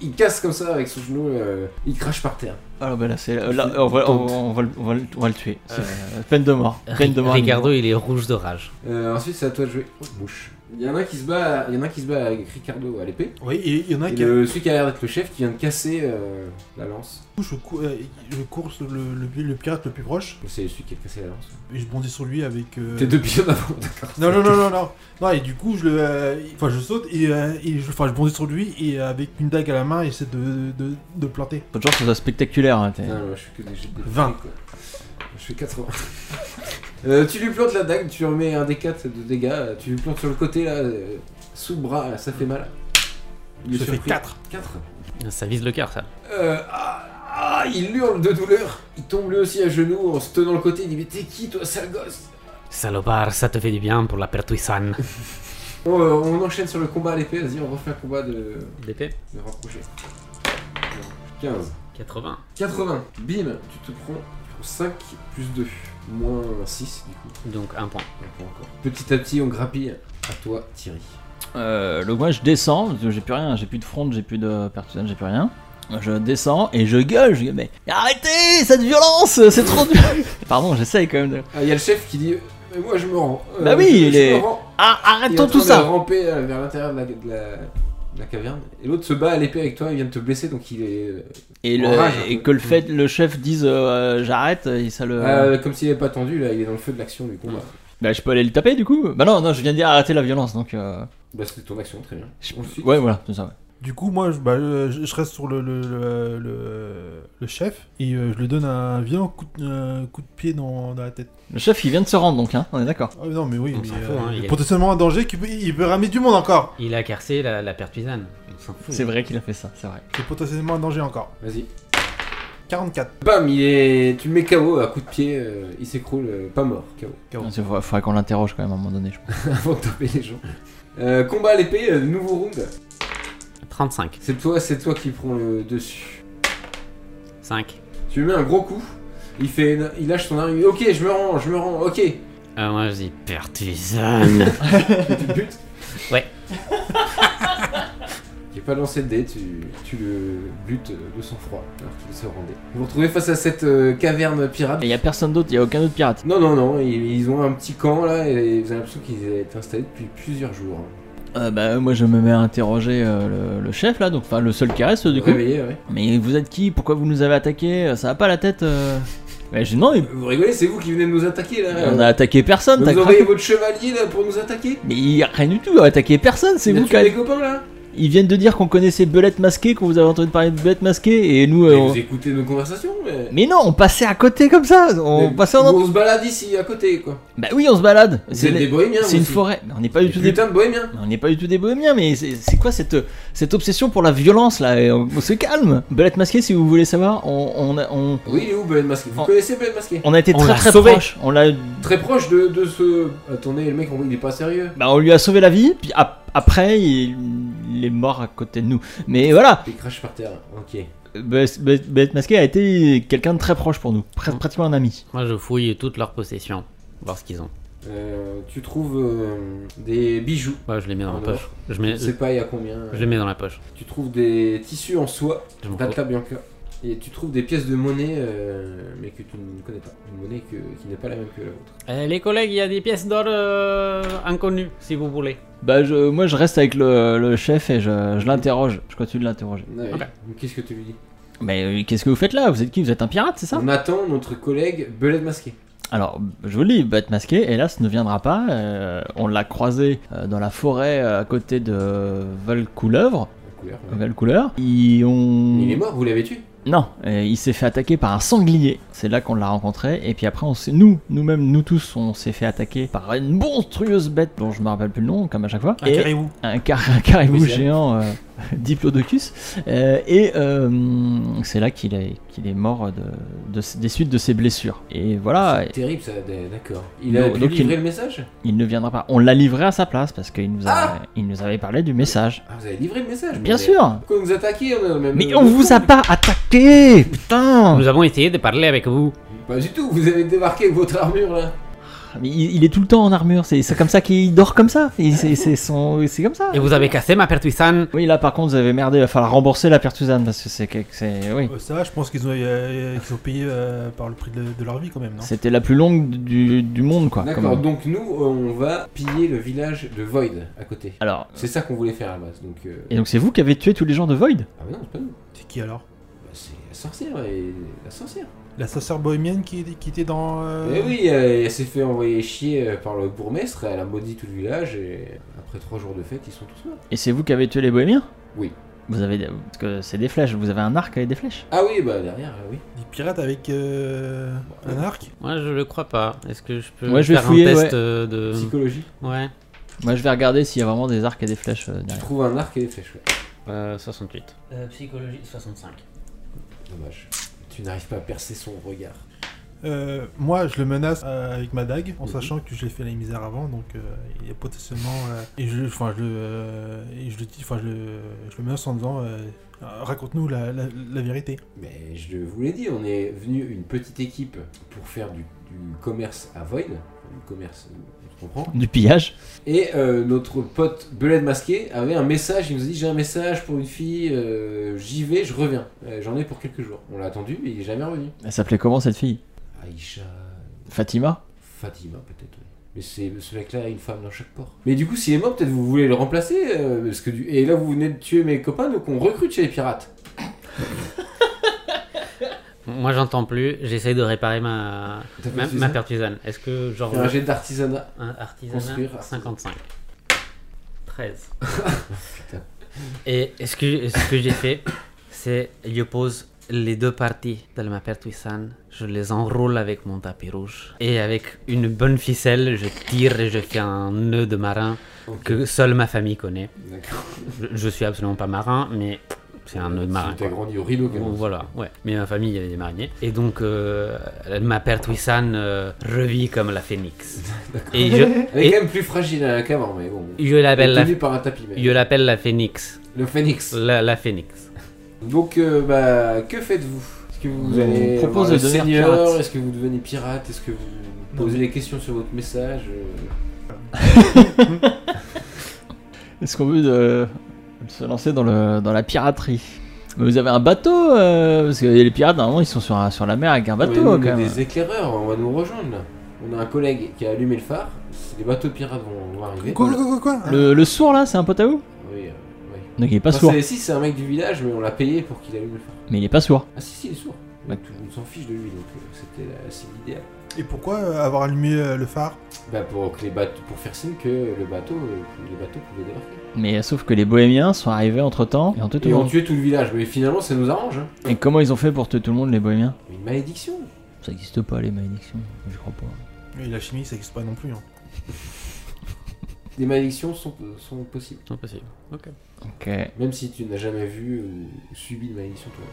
Speaker 3: Il casse comme ça avec son genou. euh, il crache par terre.
Speaker 4: Ah bah là, c'est, là, on, va, on, va- on va, le- on va le- on va le tuer. C'est, euh, peine de mort. Peine de mort.
Speaker 6: Ricardo, il est rouge de rage.
Speaker 3: Euh, ensuite, c'est à toi de jouer. Oh, Mouche. Il y en a un qui se bat. Il y en a un qui se bat avec Ricardo à l'épée.
Speaker 5: Oui, et il y en a un
Speaker 3: Et
Speaker 5: qui. a-
Speaker 3: le- celui qui a l'air d'être le chef qui vient de casser euh, la lance.
Speaker 5: Du coup, Je, cou- euh, je cours sur le, le- le pirate le plus proche
Speaker 3: C'est celui qui a cassé la lance.
Speaker 5: et je bondis sur lui avec. euh,
Speaker 3: T'es deux pieds en avant, d'accord.
Speaker 5: Non, non, non, non, non. Non, et du coup, je le. euh, Enfin, je saute et, euh, et je, enfin, je bondis sur lui et euh, avec une dague à la main, j'essaie de, de, de le planter.
Speaker 4: Faut toujours que ce soit spectaculaire. hein, t'es-
Speaker 3: Putain, moi, je fais que des jets de
Speaker 5: 20.
Speaker 3: quoi. Je fais 80. Euh, tu lui plantes la dague, tu remets un des 4 de dégâts, euh, tu lui plantes sur le côté là, euh, sous le bras, là, ça fait mal. Il est
Speaker 5: Ça fait
Speaker 3: surpris.
Speaker 5: 4.
Speaker 3: 4.
Speaker 6: Ça vise le cœur, ça.
Speaker 3: Euh, ah, ah, il hurle de douleur. Il tombe lui aussi à genoux en se tenant le côté, il dit Mais t'es qui toi, sale gosse
Speaker 6: Salopard, ça te fait du bien pour la pertuisane.
Speaker 3: Bon, euh, On enchaîne sur le combat à l'épée, vas-y, on refait un combat de,
Speaker 6: D'épée
Speaker 3: de rapproché. 15.
Speaker 6: 80.
Speaker 3: 80. Bim, tu te prends 5 plus 2, moins 6 du coup.
Speaker 6: Donc un point.
Speaker 3: On peut encore. Petit à petit, on grappille. À toi, Thierry.
Speaker 4: Euh, donc moi je descends, parce que j'ai plus rien, j'ai plus de fronde, j'ai plus de pertusane, j'ai plus rien. Je descends et je gueule, je dis mais arrêtez cette violence, c'est trop dur. Pardon, j'essaye quand même de...
Speaker 3: Ah, il y a le chef qui dit Mais moi, je me rends. Euh,
Speaker 4: Bah oui,
Speaker 3: je- je
Speaker 4: il est-
Speaker 3: me rends. Il
Speaker 4: Ah,
Speaker 3: est en
Speaker 4: arrêtons
Speaker 3: train
Speaker 4: tout
Speaker 3: de
Speaker 4: ça.
Speaker 3: ramper euh, vers l'intérieur de la, de la- de la caverne. Et l'autre se bat à l'épée avec toi, il vient de te blesser, donc il est. euh,
Speaker 4: Et, le,
Speaker 3: en rage, un
Speaker 4: et
Speaker 3: peu.
Speaker 4: que le fait le chef dise euh, j'arrête, et ça le...
Speaker 3: euh, comme s'il n'avait pas tendu, là, il est dans le feu de l'action du combat.
Speaker 4: Bah je peux aller le taper du coup Bah non, non, je viens de dire arrêter la violence, donc... Euh...
Speaker 3: Bah, c'était ton action, très bien.
Speaker 4: je-
Speaker 3: Ensuite,
Speaker 4: Ouais voilà, c'est ça. ouais.
Speaker 5: Du coup, moi, je, bah, euh, je, je reste sur le, le, le, le- le chef et euh, je lui donne un violent coup de, euh, coup de pied dans, dans la tête.
Speaker 4: Le chef il vient de se rendre donc, hein, on est d'accord.
Speaker 5: Ah, non, mais oui,
Speaker 6: On
Speaker 5: mais,
Speaker 6: s'en
Speaker 5: euh,
Speaker 6: fout, hein,
Speaker 5: il
Speaker 6: il
Speaker 5: y a
Speaker 6: est-
Speaker 5: potentiellement un danger qui peut, il peut ramener du monde encore.
Speaker 6: Il a carcé la, la pertuisane. On s'en fout.
Speaker 4: C'est vrai qu'il a fait ça, c'est vrai.
Speaker 5: C'est potentiellement un danger encore.
Speaker 3: Vas-y.
Speaker 5: 44.
Speaker 3: Bam, il est. Tu le mets KO à coup de pied, euh, il s'écroule, euh, pas mort, KO.
Speaker 4: Il faudrait qu'on l'interroge quand même à un moment donné, je pense.
Speaker 3: Avant de taper les gens. Euh, combat à l'épée, euh, nouveau round.
Speaker 6: 35.
Speaker 3: C'est toi, c'est toi qui prends le dessus.
Speaker 6: 5.
Speaker 3: Tu lui mets un gros coup, il fait, il lâche son arme, il dit, ok, je me rends, je me rends, ok. Et
Speaker 6: Euh, moi je dis pertuisane.
Speaker 3: tu le butes.
Speaker 6: Ouais.
Speaker 3: J'ai pas lancé de dé, tu, tu le butes euh, de sang-froid, alors qu'il se rendait. Vous vous retrouvez face à cette euh, caverne pirate.
Speaker 4: Et y a personne d'autre, y a aucun autre pirate.
Speaker 3: Non, non, non, ils, ils ont un petit camp là, et vous avez l'impression qu'ils étaient installés depuis plusieurs jours. hein.
Speaker 4: Euh, bah, moi je me mets à interroger euh, le, le chef là, donc enfin le seul qui reste du coup.
Speaker 3: Réveillé, ouais.
Speaker 4: Mais vous êtes qui Pourquoi vous nous avez attaqué Ça a pas la tête euh... Ouais, je dis, non, mais
Speaker 3: Vous rigolez, c'est vous qui venez de nous attaquer là.
Speaker 4: on a attaqué personne,
Speaker 3: Vous
Speaker 4: t'as
Speaker 3: envoyez
Speaker 4: craqué.
Speaker 3: votre chevalier là pour nous attaquer
Speaker 4: Mais y a rien du tout, on a attaqué personne, c'est
Speaker 3: Il a
Speaker 4: vous qui
Speaker 3: tué
Speaker 4: avez-
Speaker 3: les copains là
Speaker 4: Ils viennent de dire qu'on connaissait Belette Masquée, qu'on vous avez entendu parler de Belette Masquée, et nous. euh,
Speaker 3: Mais
Speaker 4: on-
Speaker 3: Vous écoutez nos conversations mais...
Speaker 4: Mais non, on passait à côté comme ça On
Speaker 3: Mais
Speaker 4: passait en.
Speaker 3: on se balade ici à côté quoi.
Speaker 4: Bah oui, on se balade
Speaker 3: Vous
Speaker 4: C'est
Speaker 3: êtes
Speaker 4: la-
Speaker 3: des bohémiens.
Speaker 4: c'est une
Speaker 3: aussi.
Speaker 4: forêt, Mais on n'est pas
Speaker 3: Des
Speaker 4: du tout des
Speaker 3: putains de bohémiens.
Speaker 4: Mais On n'est pas du tout des bohémiens, mais c'est c'est quoi cette, cette obsession pour la violence là Et on, on se calme Belette masquée, si vous voulez savoir, on, on, a, on,
Speaker 3: Oui, il est où Belen Masqué Vous
Speaker 4: On-
Speaker 3: connaissez Belen Masqué
Speaker 4: on a été
Speaker 6: On
Speaker 4: très
Speaker 6: l'a
Speaker 4: très
Speaker 6: sauvé.
Speaker 4: proche. On, l'a,
Speaker 3: Très proche de, de ce. Attendez, le mec, on- il est pas sérieux.
Speaker 4: bah, on lui a sauvé la vie, puis ap- après il, il est mort à côté de nous. Mais voilà,
Speaker 3: Il crache par terre. Ok.
Speaker 4: Belette Belette masquée a été quelqu'un de très proche pour nous, pres- pratiquement un ami.
Speaker 6: Moi, je fouille toutes leurs possessions, voir ce qu'ils ont.
Speaker 3: Euh, tu trouves euh, des bijoux.
Speaker 6: Ouais, je les mets dans
Speaker 3: En
Speaker 4: Ah,
Speaker 6: la poche.
Speaker 3: or.
Speaker 6: Je,
Speaker 3: Je
Speaker 6: mets,
Speaker 3: ne sais
Speaker 6: je
Speaker 3: pas il y a combien.
Speaker 6: les mets dans la poche.
Speaker 3: Tu trouves des tissus en soie
Speaker 6: Je m'en fous.
Speaker 3: d'Alta Bianca. Et tu trouves des pièces de monnaie, euh, mais que tu ne connais pas. Une monnaie que- qui n'est pas la même que la vôtre.
Speaker 6: Euh, les collègues, il y a des pièces d'or euh, inconnues, si vous voulez.
Speaker 4: Bah je, moi je reste avec le, le chef et je, je l'interroge, je continue de l'interroger.
Speaker 3: Ouais.
Speaker 6: Ok.
Speaker 3: Donc, Qu'est-ce que tu lui dis
Speaker 4: Mais euh, qu'est-ce que vous faites là Vous êtes qui Vous êtes un pirate, c'est ça
Speaker 3: On attend notre collègue Belette Masqué.
Speaker 4: Alors, je vous le dis, Bête Masquée, hélas, ne viendra pas. Euh, on l'a croisé euh, dans la forêt euh, à côté de Valcouleur.
Speaker 3: La couleur,
Speaker 4: Euh,
Speaker 3: ouais.
Speaker 4: Valcouleur. Ils ont...
Speaker 3: Il est mort, vous l'avez tué
Speaker 4: Non, euh, il s'est fait attaquer par un sanglier. C'est là qu'on l'a rencontré. Et puis après, on s'est- nous, nous-mêmes, nous tous, on s'est fait attaquer par une monstrueuse bête dont je me rappelle plus le nom, comme à chaque fois.
Speaker 5: Un
Speaker 4: Et-
Speaker 5: caribou.
Speaker 4: un, car un caribou
Speaker 3: Oui, c'est vrai.
Speaker 4: géant, euh, Diplodocus. Euh, et euh, c'est là qu'il est, qu'il est mort de, de- des suites de ses blessures. Et voilà.
Speaker 3: C'est terrible ça, d- d'accord. Il a
Speaker 4: Non,
Speaker 3: pu
Speaker 4: Ah, donc il-
Speaker 3: livrer le message
Speaker 4: Il ne viendra pas. On l'a livré à sa place parce qu'il nous,
Speaker 3: Ah
Speaker 4: avait- il nous avait parlé du message.
Speaker 3: Ah, vous avez livré le message
Speaker 4: Bien
Speaker 3: mais-
Speaker 4: sûr
Speaker 3: Pourquoi vous nous attaquez on a même- euh,
Speaker 4: Mais on vous a pas attaqué Putain
Speaker 6: Nous avons essayé de parler avec vous.
Speaker 3: Pas du tout, vous avez débarqué avec votre armure là
Speaker 4: Mais il, il est tout le temps en armure, c'est c'est comme ça qu'il dort comme ça. Et C'est c'est son- c'est comme ça.
Speaker 6: Et vous avez cassé ma pertuisane.
Speaker 4: Oui, là par contre, vous avez merdé, il va falloir rembourser la pertusane parce que c'est. que- c'est- Oui.
Speaker 5: Euh, ça va, je pense qu'ils ont, euh, qu'ils ont payé euh, par le prix de, de leur vie quand même, non
Speaker 4: C'était la plus longue du, du monde quoi.
Speaker 3: D'accord,
Speaker 4: comme-
Speaker 3: donc nous on va piller le village de Void à côté.
Speaker 4: Alors.
Speaker 3: C'est ça qu'on voulait faire à la base, donc. euh,
Speaker 4: Et donc c'est vous qui avez tué tous les gens de Void
Speaker 3: Ah, mais non, c'est pas nous.
Speaker 5: C'est qui alors
Speaker 3: Bah, c'est la sorcière et. La sorcière.
Speaker 5: La sorcière bohémienne qui, qui était dans. euh,
Speaker 3: Eh oui, euh, elle s'est fait envoyer chier euh, par le bourgmestre, elle a maudit tout le village et après trois jours de fête, ils sont tous morts.
Speaker 4: Et c'est vous qui avez tué les bohémiens
Speaker 3: Oui.
Speaker 4: Vous avez. des- Parce que c'est des flèches, vous avez un arc avec des flèches
Speaker 3: Ah oui, bah derrière, euh, oui.
Speaker 5: Des pirates avec euh, un arc
Speaker 6: Moi, je le crois pas. Est-ce que je peux
Speaker 4: Ouais, je vais
Speaker 6: faire
Speaker 4: fouiller,
Speaker 6: un test
Speaker 4: ouais.
Speaker 6: euh, de.
Speaker 3: Psychologie.
Speaker 6: Ouais.
Speaker 4: Moi je vais regarder s'il y a vraiment des arcs et des flèches euh,
Speaker 3: Tu
Speaker 4: derrière.
Speaker 3: trouves un arc et des flèches, ouais.
Speaker 6: Euh, 68. psychologie, 65.
Speaker 3: Dommage. Tu n'arrives pas à percer son regard.
Speaker 5: Euh, Moi, je le menace euh, avec ma dague, en
Speaker 3: Mhm.
Speaker 5: sachant que je l'ai fait la misère avant, donc euh, il est potentiellement. euh, et je, enfin, je, le, euh, et je le dis, enfin, je, le- je le menace en disant euh, euh, raconte-nous la, la- la vérité.
Speaker 3: Mais je vous l'ai dit, on est venu une petite équipe pour faire du, du commerce à Void. Du commerce, euh, tu comprends
Speaker 4: Du pillage
Speaker 3: Et euh, notre pote Beled Masqué avait un message, il nous a dit j'ai un message pour une fille, euh, j'y vais, je reviens. Euh, J'en ai pour quelques jours. On l'a attendu, mais il est jamais revenu.
Speaker 4: Elle s'appelait comment cette fille
Speaker 3: Aïcha,
Speaker 4: Fatima
Speaker 3: Fatima peut-être. oui. Mais c'est ce mec-là a une femme dans chaque port. Mais du coup, s'il est mort, peut-être vous voulez le remplacer. euh, parce que du... Et là, vous venez de tuer mes copains, donc on recrute chez les pirates.
Speaker 6: Moi, j'entends plus. J'essaye de réparer ma,
Speaker 3: T'as
Speaker 6: ma,
Speaker 3: fait
Speaker 6: ma
Speaker 3: ça
Speaker 6: pertusane. Est-ce que genre
Speaker 3: Fais Un jet d'artisanat.
Speaker 6: un
Speaker 3: Construire
Speaker 6: artisanat
Speaker 3: artisan.
Speaker 6: 55 13.
Speaker 3: Putain.
Speaker 6: Et ce que, ce que j'ai fait, c'est je pose les deux parties de ma pertuisane, je les enroule avec mon tapis rouge et avec une bonne ficelle, je tire et je fais un nœud de marin
Speaker 3: Ok,
Speaker 6: que seule ma famille connaît.
Speaker 3: D'accord.
Speaker 6: Je, je suis absolument pas marin, mais c'est un nœud de marin.
Speaker 3: T'as
Speaker 6: quoi.
Speaker 3: grandi au rideau, quand
Speaker 6: Bon,
Speaker 3: même.
Speaker 6: voilà, ouais. Mais ma famille, elle est mariée. Et donc, euh, ma pertuisane euh, revit comme la phénix. Et je,
Speaker 3: Elle est
Speaker 6: et
Speaker 3: quand même plus fragile euh, qu'avant, mais bon.
Speaker 6: je l'appelle la,
Speaker 3: Tenue par un tapis, mais-
Speaker 6: je l'appelle la phénix.
Speaker 3: Le phénix.
Speaker 6: La, la phénix.
Speaker 3: Donc, euh, bah, que faites-vous Est-ce que vous
Speaker 4: On
Speaker 3: allez voir
Speaker 4: propose de
Speaker 3: le
Speaker 4: devenir
Speaker 3: seigneur
Speaker 4: pirate.
Speaker 3: Est-ce que vous devenez pirate Est-ce que vous
Speaker 5: Non,
Speaker 3: posez des questions sur votre message euh,
Speaker 4: Est-ce qu'on veut de- se lancer dans, le, dans la piraterie Mais vous avez un bateau euh, Parce que les pirates, normalement, ils sont sur, un- sur la mer avec un
Speaker 3: mais nous,
Speaker 4: bateau
Speaker 3: on
Speaker 4: quand
Speaker 3: est
Speaker 4: même.
Speaker 3: des éclaireurs, on va nous rejoindre là. On a un collègue qui a allumé le phare. C'est- Les bateaux de pirates vont, vont arriver.
Speaker 5: Quoi, quoi, quoi, quoi hein
Speaker 4: Le, le sourd là, c'est un pote à vous
Speaker 3: Oui, euh, oui.
Speaker 4: Donc il est pas
Speaker 3: Enfin,
Speaker 4: sourd.
Speaker 3: c'est- si, c'est un mec du village, mais on l'a payé pour qu'il allume le phare.
Speaker 4: Mais il est pas sourd.
Speaker 3: Ah si, si, il est sourd.
Speaker 4: Ouais.
Speaker 3: Donc, on s'en fiche de lui, donc euh, c'était la- c'est l'idéal.
Speaker 5: Et pourquoi euh, avoir allumé euh, le phare
Speaker 3: Bah pour que les bateaux, pour faire signe que le bateau, euh, les bateaux pouvaient débarquer.
Speaker 4: Mais sauf que les bohémiens sont arrivés entre temps et ont tué tout
Speaker 3: Et
Speaker 4: le
Speaker 3: on
Speaker 4: monde.
Speaker 3: tuait tout le village, mais finalement ça nous arrange. hein.
Speaker 4: Et comment ils ont fait pour tuer tout le monde, les bohémiens
Speaker 3: Une malédiction.
Speaker 4: Ça existe pas, les malédictions. Je crois pas.
Speaker 5: Et la chimie, ça n'existe pas non plus. hein.
Speaker 3: Des malédictions sont, sont possibles,
Speaker 6: C'est impossible. Ok.
Speaker 4: Ok.
Speaker 3: même si tu n'as jamais vu ou subi de malédiction toi.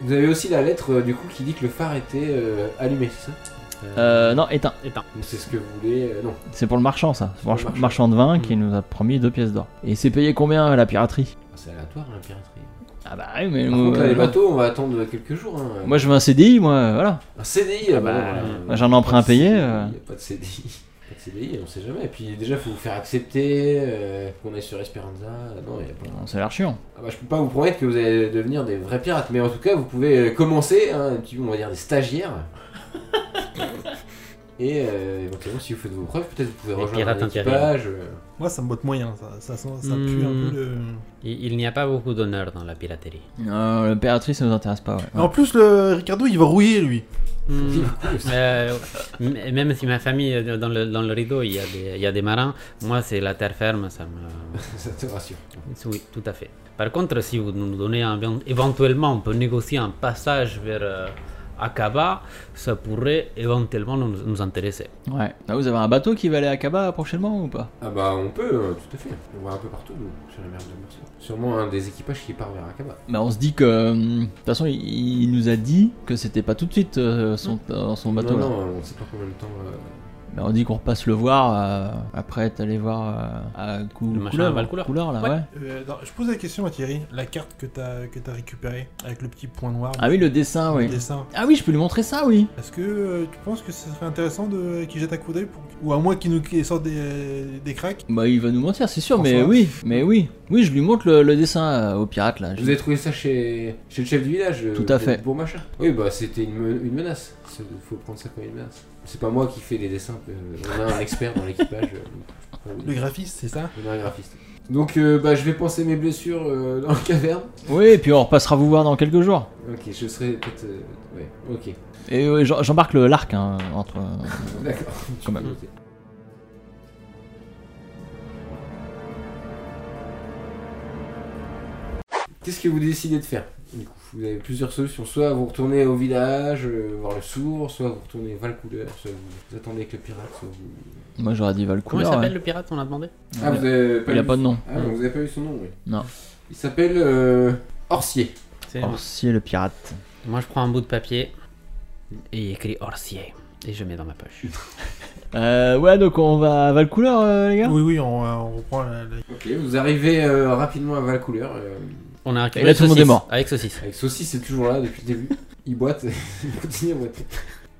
Speaker 3: Vous avez aussi la lettre euh, du coup qui dit que le phare était euh, allumé, c'est ça
Speaker 4: Euh, non, éteint.
Speaker 3: Donc, C'est ce que vous voulez. euh, non.
Speaker 4: C'est pour le marchand, ça. C'est pour le
Speaker 3: Pour le
Speaker 4: march- marchand de vin qui nous a promis deux pièces d'or. Et c'est payé combien à la piraterie
Speaker 3: C'est aléatoire hein, la piraterie.
Speaker 4: Ah bah oui, mais
Speaker 3: Par
Speaker 4: moi,
Speaker 3: contre, là, les
Speaker 4: euh,
Speaker 3: bateaux, on va attendre quelques jours. hein.
Speaker 4: moi, je veux un CDI, moi, voilà.
Speaker 3: Un CDI, ah bah,
Speaker 4: bah,
Speaker 3: non, voilà.
Speaker 4: moi, j'ai un emprunt
Speaker 3: Pas de
Speaker 4: à payer,
Speaker 3: CDI,
Speaker 4: euh.
Speaker 3: y a Pas de CDI. Pas de CDI, on sait jamais. Et puis déjà, faut vous faire accepter euh, qu'on est sur Esperanza. Non, y a pas.
Speaker 4: Bon, ça a l'air chiant.
Speaker 3: Ah bah, je peux pas vous promettre que vous allez devenir des vrais pirates, mais en tout cas, vous pouvez euh, commencer, hein, un petit peu, on va dire, des stagiaires. Et euh, éventuellement, si vous faites vos preuves, peut-être vous pouvez
Speaker 6: Les
Speaker 3: rejoindre un
Speaker 6: pirates
Speaker 3: équipage. euh.
Speaker 5: Moi, ça me botte moyen. Ça, ça, sent- ça pue un
Speaker 6: Hmm.
Speaker 5: peu le.
Speaker 6: Il, il n'y a pas beaucoup d'honneur dans la piraterie.
Speaker 4: Non, la piratrice, ça nous intéresse pas, ouais.
Speaker 5: En plus, le Ricardo, il va rouiller, lui.
Speaker 6: Hmm.
Speaker 3: Hmm.
Speaker 6: Euh, m- même si ma famille, euh, dans le, dans le rideau, il y, a des, il y a des marins, moi, c'est la terre ferme, ça me...
Speaker 3: Ça te rassure.
Speaker 6: Oui, tout à fait. Par contre, si vous nous donnez un... Éventuellement, on peut négocier un passage vers euh, Akaba, ça pourrait éventuellement nous, nous intéresser.
Speaker 4: Ouais. Ah, vous avez un bateau qui va aller à Kaba prochainement ou pas
Speaker 3: Ah bah, on peut, euh, tout à fait. On va un peu partout, nous, sur la mer de Murcie. Sûrement un des équipages qui part vers Akaba.
Speaker 4: Bah, on se dit que. hum, De toute façon, il, il nous a dit que c'était pas tout de suite euh, son, euh, son bateau
Speaker 3: non,
Speaker 4: là.
Speaker 3: non, on sait pas combien de temps. euh,
Speaker 4: Bah, on dit qu'on repasse le voir euh, après être allé voir euh, à Cou-
Speaker 6: Le machin à
Speaker 4: Couleur,
Speaker 6: Valcouleur.
Speaker 4: Couleur, là, ouais.
Speaker 5: Euh, attends, je pose la question à Thierry. La carte que t'as que t'as récupérée avec le petit point noir.
Speaker 4: Ah oui, le dessin,
Speaker 5: le
Speaker 4: oui.
Speaker 5: dessin.
Speaker 4: Ah oui, je peux lui montrer ça, oui.
Speaker 5: Est-ce que euh, tu penses que ce serait intéressant de qu'il jette un coup d'œil pour... ou à moins qu'il nous qu'il sorte des, des cracks
Speaker 4: Bah, il va nous mentir, c'est sûr, mais
Speaker 5: François.
Speaker 4: oui, mais oui. Oui, je lui montre le, le dessin euh, au pirate là. Je-
Speaker 3: Vous avez trouvé ça chez, chez le chef du village euh,
Speaker 4: Tout à
Speaker 3: pour-
Speaker 4: fait.
Speaker 3: Pour machin Oui, bah c'était une, me- une menace. Il faut prendre ça comme une menace. C'est pas moi qui fais les dessins. euh, on a un expert dans l'équipage. euh, donc, euh,
Speaker 5: Le graphiste, c'est ça
Speaker 3: on a un graphiste. Donc euh, bah, je vais penser mes blessures euh, dans la caverne.
Speaker 4: Oui, et puis on repassera vous voir dans quelques jours.
Speaker 3: Ok, je serai peut-être. euh, ouais, ok.
Speaker 4: Et euh, j'em- j'embarque le l'arc hein, entre.
Speaker 3: D'accord. Tu
Speaker 4: Quand
Speaker 3: peux
Speaker 4: même.
Speaker 3: noter. Qu'est-ce que vous décidez de faire du coup, Vous avez plusieurs solutions. Soit vous retournez au village, euh, voir le sourd, soit vous retournez vers le couleur, soit vous, vous attendez avec le pirate, soit vous.
Speaker 4: Moi, j'aurais dit
Speaker 6: Comment
Speaker 4: Valcouleur.
Speaker 6: il s'appelle
Speaker 4: ouais.
Speaker 6: le pirate, on a demandé
Speaker 3: Ah, vous avez pas
Speaker 4: Il a
Speaker 3: eu-
Speaker 4: pas de nom.
Speaker 3: Ah, donc vous avez pas eu son nom, oui.
Speaker 4: Non.
Speaker 3: Il s'appelle euh, Orsier.
Speaker 6: C'est-
Speaker 4: Orsier le pirate.
Speaker 6: Moi, je prends un bout de papier et il écrit Orsier. Et je mets dans ma poche.
Speaker 4: Euh, ouais, donc on va à Valcouleur, euh, les gars
Speaker 5: Oui, oui, on, euh, on reprend la, la-
Speaker 3: Ok, vous arrivez euh, rapidement à Valcouleur. euh,
Speaker 6: On a
Speaker 4: Et là, tout le monde est mort.
Speaker 6: Avec saucisse.
Speaker 3: Avec Saucisse, c'est toujours là depuis le début. Il boite, il continue à boiter.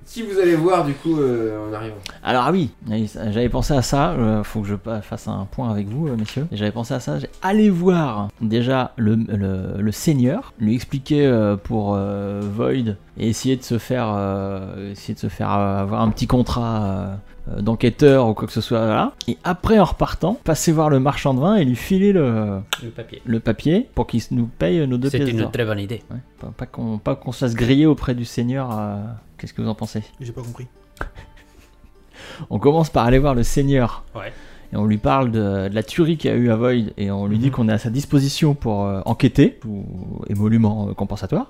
Speaker 3: Qui vous allez voir du coup euh, en arrivant
Speaker 4: Alors ah oui, oui, ça- j'avais pensé à ça, euh, faut que je pa- fasse un point avec vous, euh, messieurs. Et J'avais pensé à ça, j'ai- allez voir déjà le, le- le seigneur, lui expliquer euh, pour euh, Void et essayer de se faire, euh, essayer de se faire euh, avoir un petit contrat euh, euh, d'enquêteur ou quoi que ce soit là. Et après en repartant, passer voir le marchand de vin et lui filer le,
Speaker 6: Le papier.
Speaker 4: le papier pour qu'il s- nous paye nos deux
Speaker 6: C'est
Speaker 4: pièces
Speaker 6: une
Speaker 4: d'or.
Speaker 6: très bonne idée.
Speaker 4: Ouais, pas pas qu'on pas qu'on se fasse griller auprès du seigneur. euh, Qu'est-ce que vous en pensez
Speaker 5: J'ai pas compris.
Speaker 4: On commence par aller voir le seigneur.
Speaker 6: Ouais.
Speaker 4: Et on lui parle de, de la tuerie qu'il y a eu à Void et on lui dit
Speaker 5: Mhm.
Speaker 4: qu'on est à sa disposition pour euh, enquêter, ou émolument euh, compensatoire.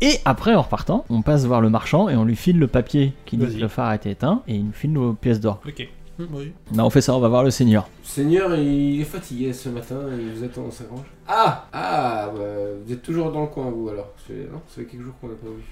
Speaker 4: Et après, en repartant, on passe voir le marchand et on lui file le papier qui dit
Speaker 5: Vas-y.
Speaker 4: que le phare était éteint et il nous file nos pièces d'or.
Speaker 5: Ok. Hmm. Oui.
Speaker 4: Non, on fait ça, on va voir le seigneur.
Speaker 3: Seigneur, il est fatigué ce matin, il vous attend dans sa grange. Ah Ah bah, Vous êtes toujours dans le coin, vous alors C'est- Non, ça fait quelques jours qu'on n'a pas vu.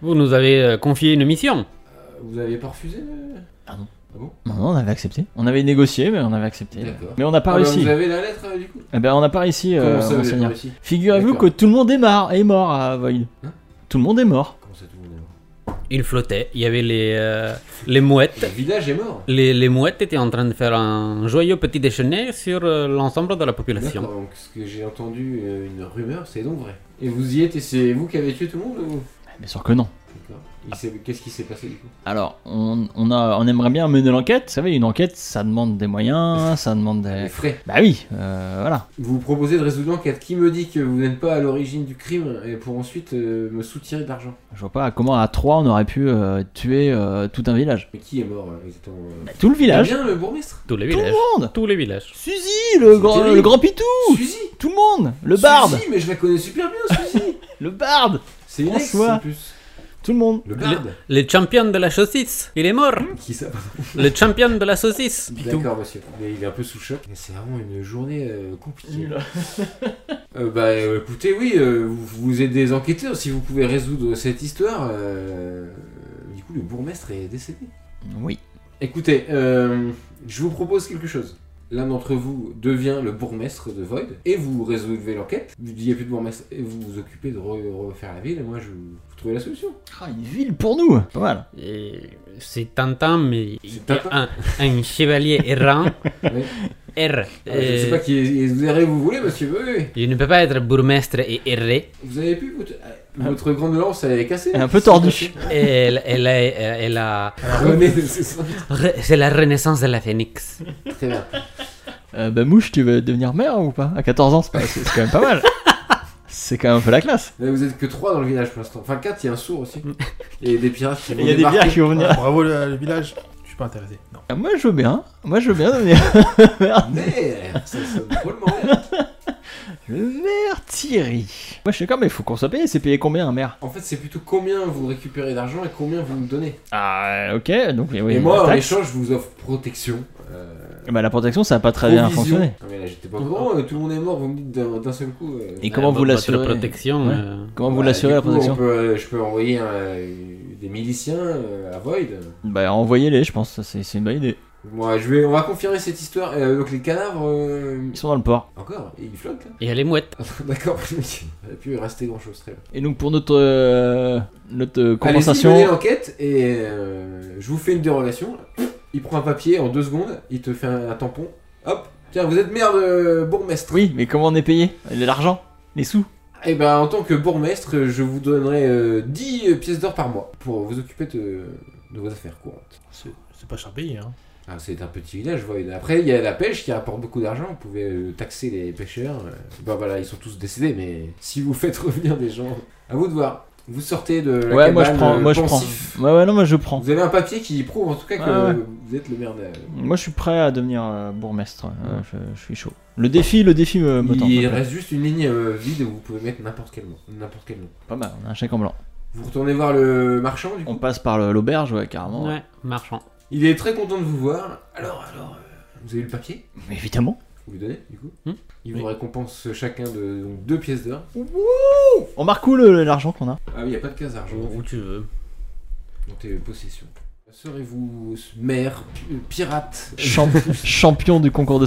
Speaker 6: Vous nous avez euh, confié une mission.
Speaker 3: Euh, Vous avez pas refusé euh
Speaker 4: Ah non.
Speaker 3: Ah bon
Speaker 4: Non, non, on avait accepté. On avait négocié, mais on avait accepté.
Speaker 3: D'accord.
Speaker 4: Mais on n'a pas
Speaker 3: Ah, bah,
Speaker 4: réussi.
Speaker 3: Vous avez la lettre euh, du coup
Speaker 4: Eh ben, on n'a pas réussi, euh,
Speaker 3: Comment ça,
Speaker 4: mon
Speaker 3: vous avez pas
Speaker 4: seigneur.
Speaker 3: réussi
Speaker 4: Figurez-vous que
Speaker 3: D'accord.
Speaker 4: tout le monde est, mar- est mort à Void.
Speaker 3: Hein
Speaker 4: tout le monde est mort.
Speaker 3: Comment ça, tout le monde est mort
Speaker 6: Il flottait. Il y avait les, euh, les
Speaker 3: Le
Speaker 6: mouettes.
Speaker 3: village est mort
Speaker 6: Les, les mouettes étaient en train de faire un joyeux petit déjeuner sur euh, l'ensemble de la
Speaker 3: D'accord,
Speaker 6: population.
Speaker 3: donc ce que j'ai entendu, euh, une rumeur, c'est donc vrai. Et vous y étiez, c'est vous qui avez tué tout le monde ou
Speaker 4: Eh, Bien sûr que non.
Speaker 3: D'accord. Il s'est- Qu'est-ce qui s'est passé du coup
Speaker 4: Alors, on, on a, on aimerait bien mener l'enquête. Vous savez, une enquête, ça demande des moyens, ça demande
Speaker 3: Les
Speaker 4: des...
Speaker 3: frais.
Speaker 4: Bah oui, euh, voilà.
Speaker 3: Vous vous proposez de résoudre l'enquête. Qui me dit que vous n'êtes pas à l'origine du crime et pour ensuite euh, me soutirer de l'argent
Speaker 4: Je vois pas comment à 3 on aurait pu euh, tuer euh, tout un village.
Speaker 3: Mais qui est mort euh, exactement euh
Speaker 4: Tout le
Speaker 3: Eh
Speaker 4: village
Speaker 3: bien le bourgmestre
Speaker 6: Tous les
Speaker 4: Tout
Speaker 6: villages.
Speaker 4: le monde
Speaker 6: Tous les villages.
Speaker 4: Suzy, le,
Speaker 3: C'est
Speaker 4: grand-
Speaker 3: terrible.
Speaker 4: le grand pitou
Speaker 3: Suzy
Speaker 4: Tout le monde Le barde
Speaker 3: Suzy, mais je la connais super bien, Suzy
Speaker 4: Le barde
Speaker 3: C'est une ex
Speaker 4: François.
Speaker 3: en plus.
Speaker 4: Tout le monde
Speaker 3: Le barde
Speaker 6: Le champion de la saucisse, il est mort.
Speaker 3: Qui ça
Speaker 6: Le champion de la saucisse.
Speaker 3: D'accord, monsieur. Mais il est un peu sous le choc. Mais C'est vraiment une journée euh, compliquée. Euh, bah euh, écoutez, oui, euh, vous, vous êtes des enquêteurs. Si vous pouvez résoudre cette histoire, euh, du coup, le bourgmestre est décédé.
Speaker 4: Oui.
Speaker 3: Écoutez, euh, je vous propose quelque chose. L'un d'entre vous devient le bourgmestre de Void et vous résolvez l'enquête. Vous dites, il n'y a plus de bourgmestre et vous vous occupez de re- refaire la ville. Et moi, je vous trouvez la solution.
Speaker 4: Ah, une ville pour nous Pas mal.
Speaker 6: Et C'est Tintin, mais il y
Speaker 3: C'est
Speaker 6: a
Speaker 3: Tintin.
Speaker 6: un, un chevalier errant.
Speaker 3: Oui.
Speaker 6: R.
Speaker 3: Ah, Je ne sais pas qui est, vous irez où vous voulez, monsieur. Oui, oui.
Speaker 6: Il ne peut pas être bourgmestre et errer.
Speaker 3: Vous avez pu votre, euh, votre grande lance, elle est cassée.
Speaker 4: Un peu Ah, tordue.
Speaker 6: Et Elle, elle a- elle a-
Speaker 3: René, c'est ça.
Speaker 6: Re- C'est la renaissance de la phénix.
Speaker 3: Très bien.
Speaker 4: Euh, bah Mouche, tu veux devenir maire ou pas À 14 ans, c'est pas- c'est c'est quand même pas mal. c'est quand même un peu la classe.
Speaker 3: Là, vous êtes que 3 dans le village pour l'instant. Enfin, 4, il y a un sourd aussi. Et des pirates qui
Speaker 4: Il y a des bières qui vont venir.
Speaker 5: Ah, bravo le, le village. Je suis pas intéressé. Non.
Speaker 4: Ah, moi je veux bien, moi je veux bien devenir
Speaker 3: Mais ça sonne drôlement bien.
Speaker 4: le maire Thierry. Moi je suis d'accord, mais il faut qu'on soit payé, c'est payé combien un maire
Speaker 3: En fait, c'est plutôt combien vous récupérez d'argent et combien vous me donnez.
Speaker 4: Ah ok, donc oui, oui,
Speaker 3: et moi, en
Speaker 4: taxe.
Speaker 3: échange, je vous offre protection. Euh,
Speaker 4: Bah, la protection ça a pas très bien
Speaker 3: provision.
Speaker 4: fonctionné.
Speaker 3: Non, mais Ah là, j'étais pas au courant. euh, Tout le monde est mort, vous me dites d'un d'un seul coup. euh.
Speaker 4: Et comment vous
Speaker 6: Votre
Speaker 4: l'assurez
Speaker 6: protection.
Speaker 4: Ouais.
Speaker 6: euh,
Speaker 4: Comment vous
Speaker 3: Bah,
Speaker 4: l'assurez
Speaker 3: du
Speaker 4: la
Speaker 3: coup, on
Speaker 4: protection
Speaker 3: peut, euh, Je peux envoyer euh, des miliciens euh, à Void.
Speaker 4: Bah envoyez-les, je pense, ça, c'est c'est une bonne idée.
Speaker 3: Moi, je vais, on va confirmer cette histoire. Euh, donc les cadavres, euh,
Speaker 4: Ils sont dans le port.
Speaker 3: encore, et ils flottent. là
Speaker 6: Et elle est mouette.
Speaker 3: D'accord, il n'y a plus rester grand chose. Très bien.
Speaker 4: Et donc pour notre euh, notre euh, compensation,
Speaker 3: Allez-y, menez l'enquête et euh, je vous fais une dérogation. Il prend un papier en deux secondes, il te fait un, un tampon. Hop, tiens, vous êtes maire de bourgmestre.
Speaker 4: oui, mais comment on est payé L'argent, les sous.
Speaker 3: Et ben, en tant que bourgmestre, je vous donnerai euh, 10 pièces d'or par mois pour vous occuper de, de vos affaires courantes.
Speaker 5: C'est c'est pas cher payé, hein.
Speaker 3: Ah, c'est un petit village, voyez. Après, il y a la pêche qui rapporte beaucoup d'argent. Vous pouvez euh, taxer les pêcheurs. euh. Bah voilà, ils sont tous décédés, mais si vous faites revenir des gens, à vous de voir. Vous sortez de la
Speaker 4: Ouais, moi je
Speaker 3: cabane,
Speaker 4: prends,
Speaker 3: euh,
Speaker 4: moi je prends.
Speaker 3: pensif.
Speaker 4: Ouais, ouais, non, moi je prends.
Speaker 3: Vous avez un papier qui prouve en tout cas que
Speaker 4: Ouais, ouais.
Speaker 3: euh, vous êtes le maire de...
Speaker 4: Moi, je suis prêt à devenir euh, bourgmestre. euh, je, je suis chaud. Le défi, le défi me, me tente.
Speaker 3: Il
Speaker 4: me plaît.
Speaker 3: reste juste une ligne euh, vide où vous pouvez mettre n'importe quel nom. N'importe quel nom.
Speaker 4: Pas mal, on a un chèque en blanc.
Speaker 3: Vous retournez voir le marchand du coup.
Speaker 4: On passe par le- l'auberge, ouais, carrément.
Speaker 6: Ouais, marchand.
Speaker 3: Il est très content de vous voir. Alors, alors, euh, vous avez eu le papier
Speaker 4: Mais évidemment.
Speaker 3: Vous lui donnez du coup
Speaker 6: Hmm.
Speaker 3: Il vous récompense chacun de donc, deux pièces d'or.
Speaker 4: On marque où le- l'argent qu'on a
Speaker 3: Ah oui, il n'y a pas de case argent.
Speaker 6: Où, où tu veux.
Speaker 3: Dans tes possessions. Serez-vous maire, pi- euh, pirate
Speaker 4: Champ- Champion du concours de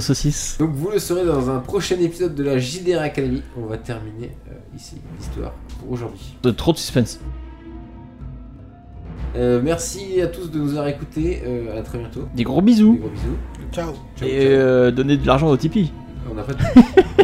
Speaker 4: saucisses.
Speaker 3: Donc vous le saurez dans un prochain épisode de la JDR Academy. On va terminer euh, ici l'histoire pour aujourd'hui.
Speaker 4: De trop de suspense.
Speaker 3: Euh, merci à tous de nous avoir écoutés. Euh, à très bientôt.
Speaker 4: Des gros
Speaker 3: Des
Speaker 4: bisous.
Speaker 3: gros bisous.
Speaker 5: Ciao.
Speaker 3: Ciao,
Speaker 4: Et
Speaker 3: ciao.
Speaker 4: euh, donner de l'argent au Tipeee.
Speaker 3: On n'a pas de-